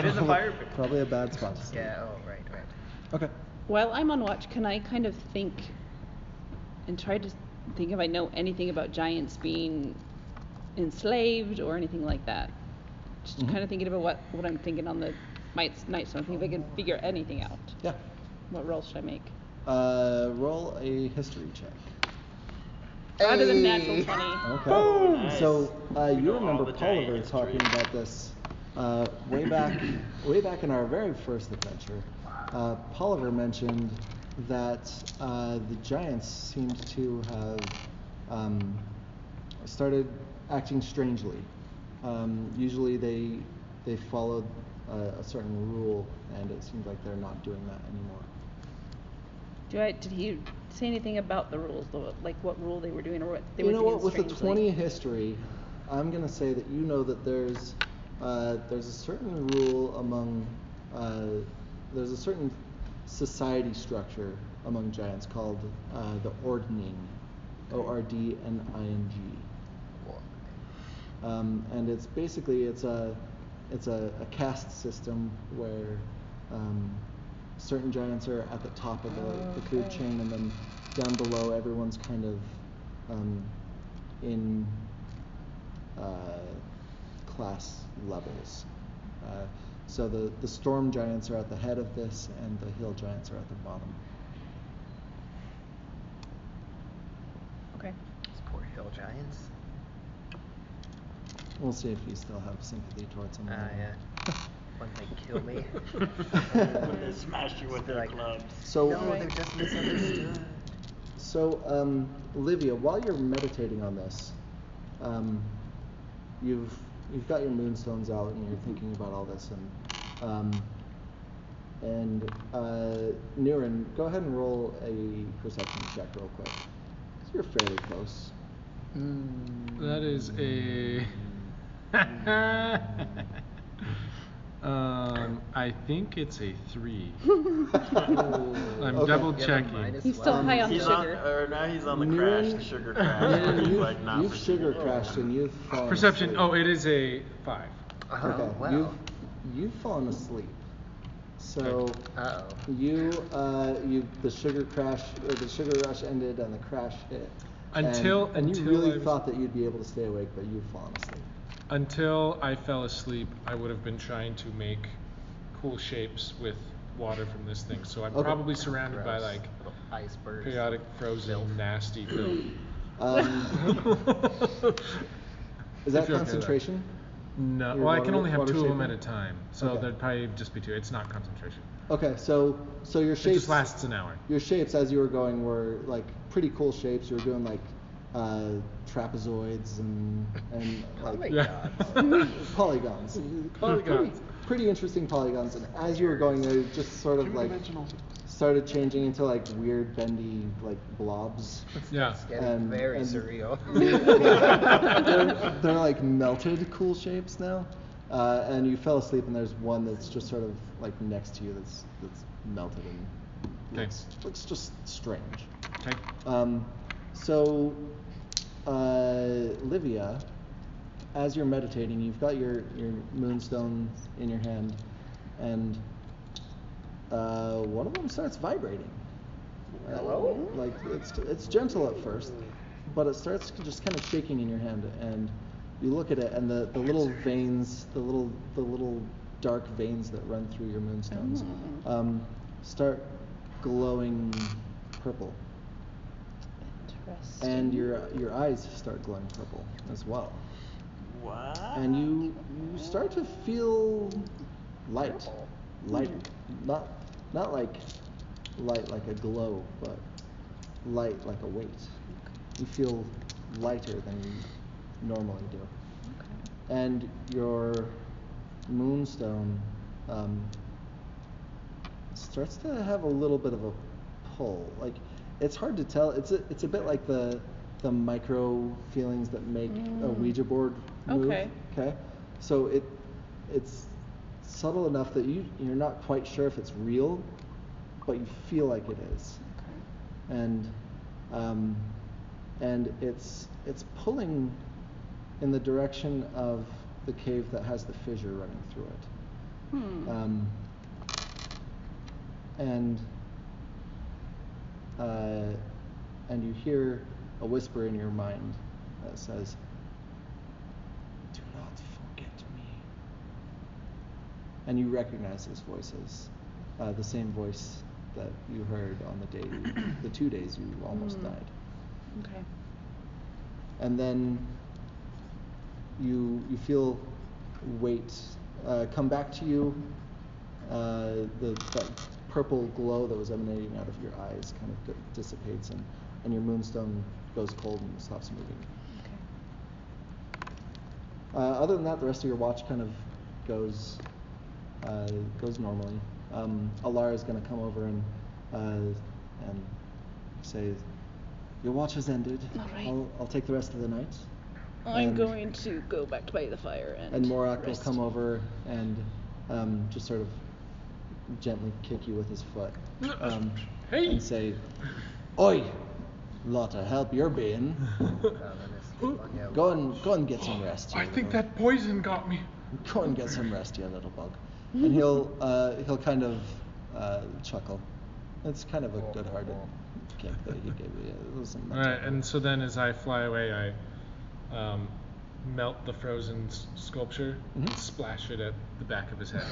[SPEAKER 8] is a fire pit.
[SPEAKER 2] Probably a bad spot. to sleep.
[SPEAKER 1] Yeah, oh, right, right.
[SPEAKER 2] Okay.
[SPEAKER 3] While I'm on watch, can I kind of think and try to think if I know anything about giants being enslaved or anything like that? Just
[SPEAKER 2] Mhm.
[SPEAKER 3] kind of thinking about what, what I'm thinking on the might- night stone, think if I can figure anything out.
[SPEAKER 2] Yeah.
[SPEAKER 3] What roll should I make?
[SPEAKER 2] Uh, roll a history check.
[SPEAKER 3] Rather than
[SPEAKER 1] Hey.
[SPEAKER 3] natural 20.
[SPEAKER 2] Okay.
[SPEAKER 5] Nice.
[SPEAKER 2] So uh,
[SPEAKER 5] You
[SPEAKER 2] you
[SPEAKER 5] know all
[SPEAKER 2] remember
[SPEAKER 5] the giant
[SPEAKER 2] Polliver
[SPEAKER 5] history.
[SPEAKER 2] talking about this uh, way back, way back in our very first adventure. Uh, Polliver mentioned that uh, the giants seemed to have um, started acting strangely. Um, usually they they followed uh, a, a certain rule, and it seems like they're not doing that anymore.
[SPEAKER 3] Do I, did he say anything about the rules, though? Like what rule they were doing or what they
[SPEAKER 2] you
[SPEAKER 3] were
[SPEAKER 2] know
[SPEAKER 3] doing
[SPEAKER 2] what? With the 20
[SPEAKER 3] strangely?
[SPEAKER 2] history, I'm gonna say that you know that there's uh, there's a certain rule among uh, there's a certain society structure among giants called uh, the ordning, O R D N I N G. Um, and it's basically it's a it's a, a caste system where um, certain giants are at the top of the, the food chain, and then down below everyone's kind of um, in uh, class levels. Uh, so the, the storm giants are at the head of this, and the hill giants are at the bottom.
[SPEAKER 3] Okay.
[SPEAKER 1] These poor hill giants.
[SPEAKER 2] We'll see if you still have sympathy towards them.
[SPEAKER 1] Ah, yeah. When they kill me.
[SPEAKER 5] When they smash you with
[SPEAKER 1] Be
[SPEAKER 5] their
[SPEAKER 1] like-
[SPEAKER 5] clubs.
[SPEAKER 2] So
[SPEAKER 1] no, they're just misunderstood.
[SPEAKER 2] So, um, Olivia, while you're meditating on this, um, you've you've got your moonstones out and you're thinking about all this, and um, and uh, Niren, go ahead and roll a perception check real quick. 'cause you're fairly close.
[SPEAKER 6] That is a. um, I think it's a three. I'm
[SPEAKER 2] Okay.
[SPEAKER 6] double
[SPEAKER 1] Yeah,
[SPEAKER 6] checking.
[SPEAKER 1] minus
[SPEAKER 3] He's still
[SPEAKER 1] one.
[SPEAKER 3] high on
[SPEAKER 5] He's on,
[SPEAKER 3] sugar.
[SPEAKER 5] or now he's on the
[SPEAKER 2] Niren-
[SPEAKER 5] crash, the sugar crash.
[SPEAKER 2] Niren,
[SPEAKER 5] He's
[SPEAKER 2] Mm-hmm. you've,
[SPEAKER 5] like not
[SPEAKER 2] you've
[SPEAKER 5] perceiving
[SPEAKER 2] sugar
[SPEAKER 5] it.
[SPEAKER 2] crashed and you've fallen
[SPEAKER 6] Perception.
[SPEAKER 2] asleep.
[SPEAKER 6] Oh, it is a five.
[SPEAKER 1] Oh,
[SPEAKER 5] Uh-huh.
[SPEAKER 2] okay.
[SPEAKER 1] wow.
[SPEAKER 2] You've you've fallen asleep. So.
[SPEAKER 1] Uh-oh.
[SPEAKER 2] You, uh, you, the sugar crash, or the sugar rush ended and the crash hit. And-
[SPEAKER 6] Until-
[SPEAKER 2] and, you
[SPEAKER 6] until I
[SPEAKER 2] really
[SPEAKER 6] was-
[SPEAKER 2] thought that you'd be able to stay awake, but you've fallen asleep.
[SPEAKER 6] Until I fell asleep, I would have been trying to make cool shapes with water from this thing. So I'm
[SPEAKER 2] Okay.
[SPEAKER 6] probably surrounded by
[SPEAKER 1] Gross.
[SPEAKER 6] like
[SPEAKER 1] Little icebergs.
[SPEAKER 6] periodic frozen nasty food.
[SPEAKER 2] Um, is that
[SPEAKER 6] If you're okay with that.
[SPEAKER 2] concentration?
[SPEAKER 6] No,
[SPEAKER 2] Your
[SPEAKER 6] well, I
[SPEAKER 2] water-
[SPEAKER 6] can only have
[SPEAKER 2] water
[SPEAKER 6] two of them at
[SPEAKER 2] shaping?
[SPEAKER 6] a time, so
[SPEAKER 2] Okay.
[SPEAKER 6] there'd probably just be two. It's not concentration.
[SPEAKER 2] Okay, so so your shapes.
[SPEAKER 6] It just lasts an hour.
[SPEAKER 2] Your shapes as you were going were like pretty cool shapes. You were doing like uh, trapezoids and and
[SPEAKER 6] Oh
[SPEAKER 2] like
[SPEAKER 6] Yeah.
[SPEAKER 2] Oh. polygons. Pretty,
[SPEAKER 6] Polygons.
[SPEAKER 2] pretty interesting polygons. And as you were going there, you just sort of like
[SPEAKER 4] Two-dimensional.
[SPEAKER 2] started changing into like weird bendy like blobs.
[SPEAKER 10] Yeah.
[SPEAKER 1] It's getting very surreal.
[SPEAKER 2] they're, they're like melted cool shapes now. Uh, and you fell asleep, and there's one that's just sort of like next to you that's that's melted and
[SPEAKER 10] Okay.
[SPEAKER 2] looks, looks just strange.
[SPEAKER 10] Okay.
[SPEAKER 2] Um, so, uh, Livia, as you're meditating, you've got your, your moonstone in your hand, and uh, one of them starts vibrating. Uh,
[SPEAKER 1] Hello?
[SPEAKER 2] like it's it's gentle at first, but it starts just kind of shaking in your hand, and you look at it, and the, the little veins, the little the little dark veins that run through your moonstones,
[SPEAKER 3] Oh.
[SPEAKER 2] um, start glowing purple
[SPEAKER 3] Interesting.
[SPEAKER 2] and your your eyes start glowing purple as well.
[SPEAKER 5] What?
[SPEAKER 2] And you you start to feel light,
[SPEAKER 1] Purple?
[SPEAKER 2] light, not not like light like a glow, but light like a weight. You feel lighter than you normally do, and your moonstone um, starts to have a little bit of a pull. Like it's hard to tell. It's a, it's a bit like the the micro feelings that make a
[SPEAKER 9] Mm.
[SPEAKER 2] Ouija board move.
[SPEAKER 9] Okay.
[SPEAKER 2] Okay. So it it's subtle enough that you you're not quite sure if it's real, but you feel like it is. And um, and it's it's pulling in the direction of the cave that has the fissure running through it.
[SPEAKER 3] Hmm.
[SPEAKER 2] Um, and uh, and you hear a whisper in your mind that says, "Do not forget me." And you recognize those voices, uh, the same voice that you heard on the day, the two days you almost
[SPEAKER 9] Mm.
[SPEAKER 2] died.
[SPEAKER 9] Okay.
[SPEAKER 2] And then you you feel weight uh, come back to you. Uh, the that purple glow that was emanating out of your eyes kind of di- dissipates, and, and your moonstone goes cold and stops moving. Uh, other than that, the rest of your watch kind of goes uh, goes normally. Um, Alara is going to come over and uh, and say, "Your watch has ended.
[SPEAKER 9] All right.
[SPEAKER 2] I'll, I'll take the rest of the night."
[SPEAKER 9] I'm
[SPEAKER 2] And-
[SPEAKER 9] going to go back by the fire and.
[SPEAKER 2] and Morak will
[SPEAKER 9] rest.
[SPEAKER 2] come over and um, just sort of gently kick you with his foot um,
[SPEAKER 10] Hey.
[SPEAKER 2] and say, "Oi, lot of help you're being. Go and go and get some rest." you
[SPEAKER 6] Oh, I think
[SPEAKER 2] little-
[SPEAKER 6] that poison got me.
[SPEAKER 2] Go and get some rest, you little bug." And he'll uh, he'll kind of uh, chuckle. It's kind of a good-hearted kick that he gave you. It wasn't
[SPEAKER 10] All
[SPEAKER 2] much
[SPEAKER 10] right,
[SPEAKER 2] of a-
[SPEAKER 10] and so then as I fly away, I um, melt the frozen s- sculpture and
[SPEAKER 2] Mhm.
[SPEAKER 10] splash it at the back of his head.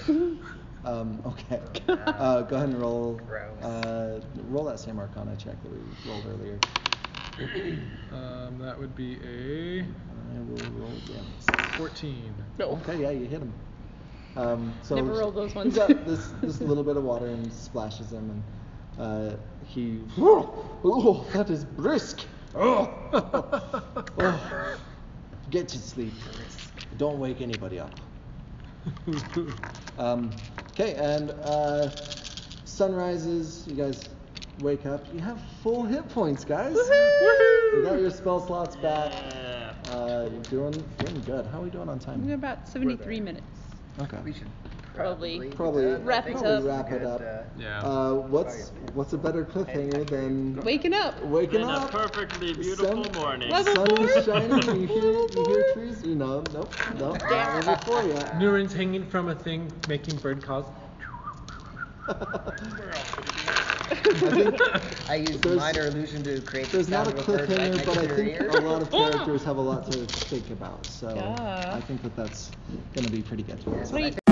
[SPEAKER 2] Um, okay. Uh, go ahead and roll.
[SPEAKER 1] Gross.
[SPEAKER 2] Uh, roll that same Arcana check that we rolled earlier.
[SPEAKER 10] um, that would be a
[SPEAKER 2] I will roll again.
[SPEAKER 10] 14.
[SPEAKER 2] Okay, yeah, you hit him. Um, so
[SPEAKER 9] Never roll those ones.
[SPEAKER 2] He's got this this little bit of water and splashes him, and uh, he. oh, that is brisk.
[SPEAKER 10] Oh!
[SPEAKER 2] Oh, get to sleep. Don't wake anybody up. Um, okay, and uh, sun rises. You guys wake up. You have full hit points, guys. You got your spell slots back.
[SPEAKER 5] Yeah.
[SPEAKER 2] Uh, you're doing doing good. How are we doing on time?
[SPEAKER 9] I'm at about 73 minutes.
[SPEAKER 2] Okay.
[SPEAKER 1] We should
[SPEAKER 9] Probably.
[SPEAKER 1] probably,
[SPEAKER 2] Probably
[SPEAKER 9] Wrap it
[SPEAKER 2] probably
[SPEAKER 9] up.
[SPEAKER 2] Wrap it
[SPEAKER 1] Good,
[SPEAKER 2] up.
[SPEAKER 1] uh,
[SPEAKER 10] Yeah.
[SPEAKER 2] Uh, what's what's a better cliffhanger than
[SPEAKER 9] Waking up.
[SPEAKER 2] waking
[SPEAKER 5] In a
[SPEAKER 2] up?
[SPEAKER 5] perfectly beautiful morning.
[SPEAKER 9] Level
[SPEAKER 2] Sun
[SPEAKER 9] four?
[SPEAKER 2] is shining. You hear you hear trees. You know, nope, nope.
[SPEAKER 9] Damn.
[SPEAKER 2] Not for you.
[SPEAKER 10] Neuron's hanging from a thing, making bird calls.
[SPEAKER 1] I used
[SPEAKER 2] There's-
[SPEAKER 1] minor illusion to create the
[SPEAKER 2] There's not
[SPEAKER 1] sound
[SPEAKER 2] a
[SPEAKER 1] of a bird right
[SPEAKER 2] cliffhanger,
[SPEAKER 1] next
[SPEAKER 2] but
[SPEAKER 1] to
[SPEAKER 2] I
[SPEAKER 1] your
[SPEAKER 2] think
[SPEAKER 1] ear.
[SPEAKER 2] a lot of characters have a lot to think about. So
[SPEAKER 9] Yeah.
[SPEAKER 2] I think that that's gonna be pretty good.
[SPEAKER 1] Yeah, but I
[SPEAKER 9] Sweet.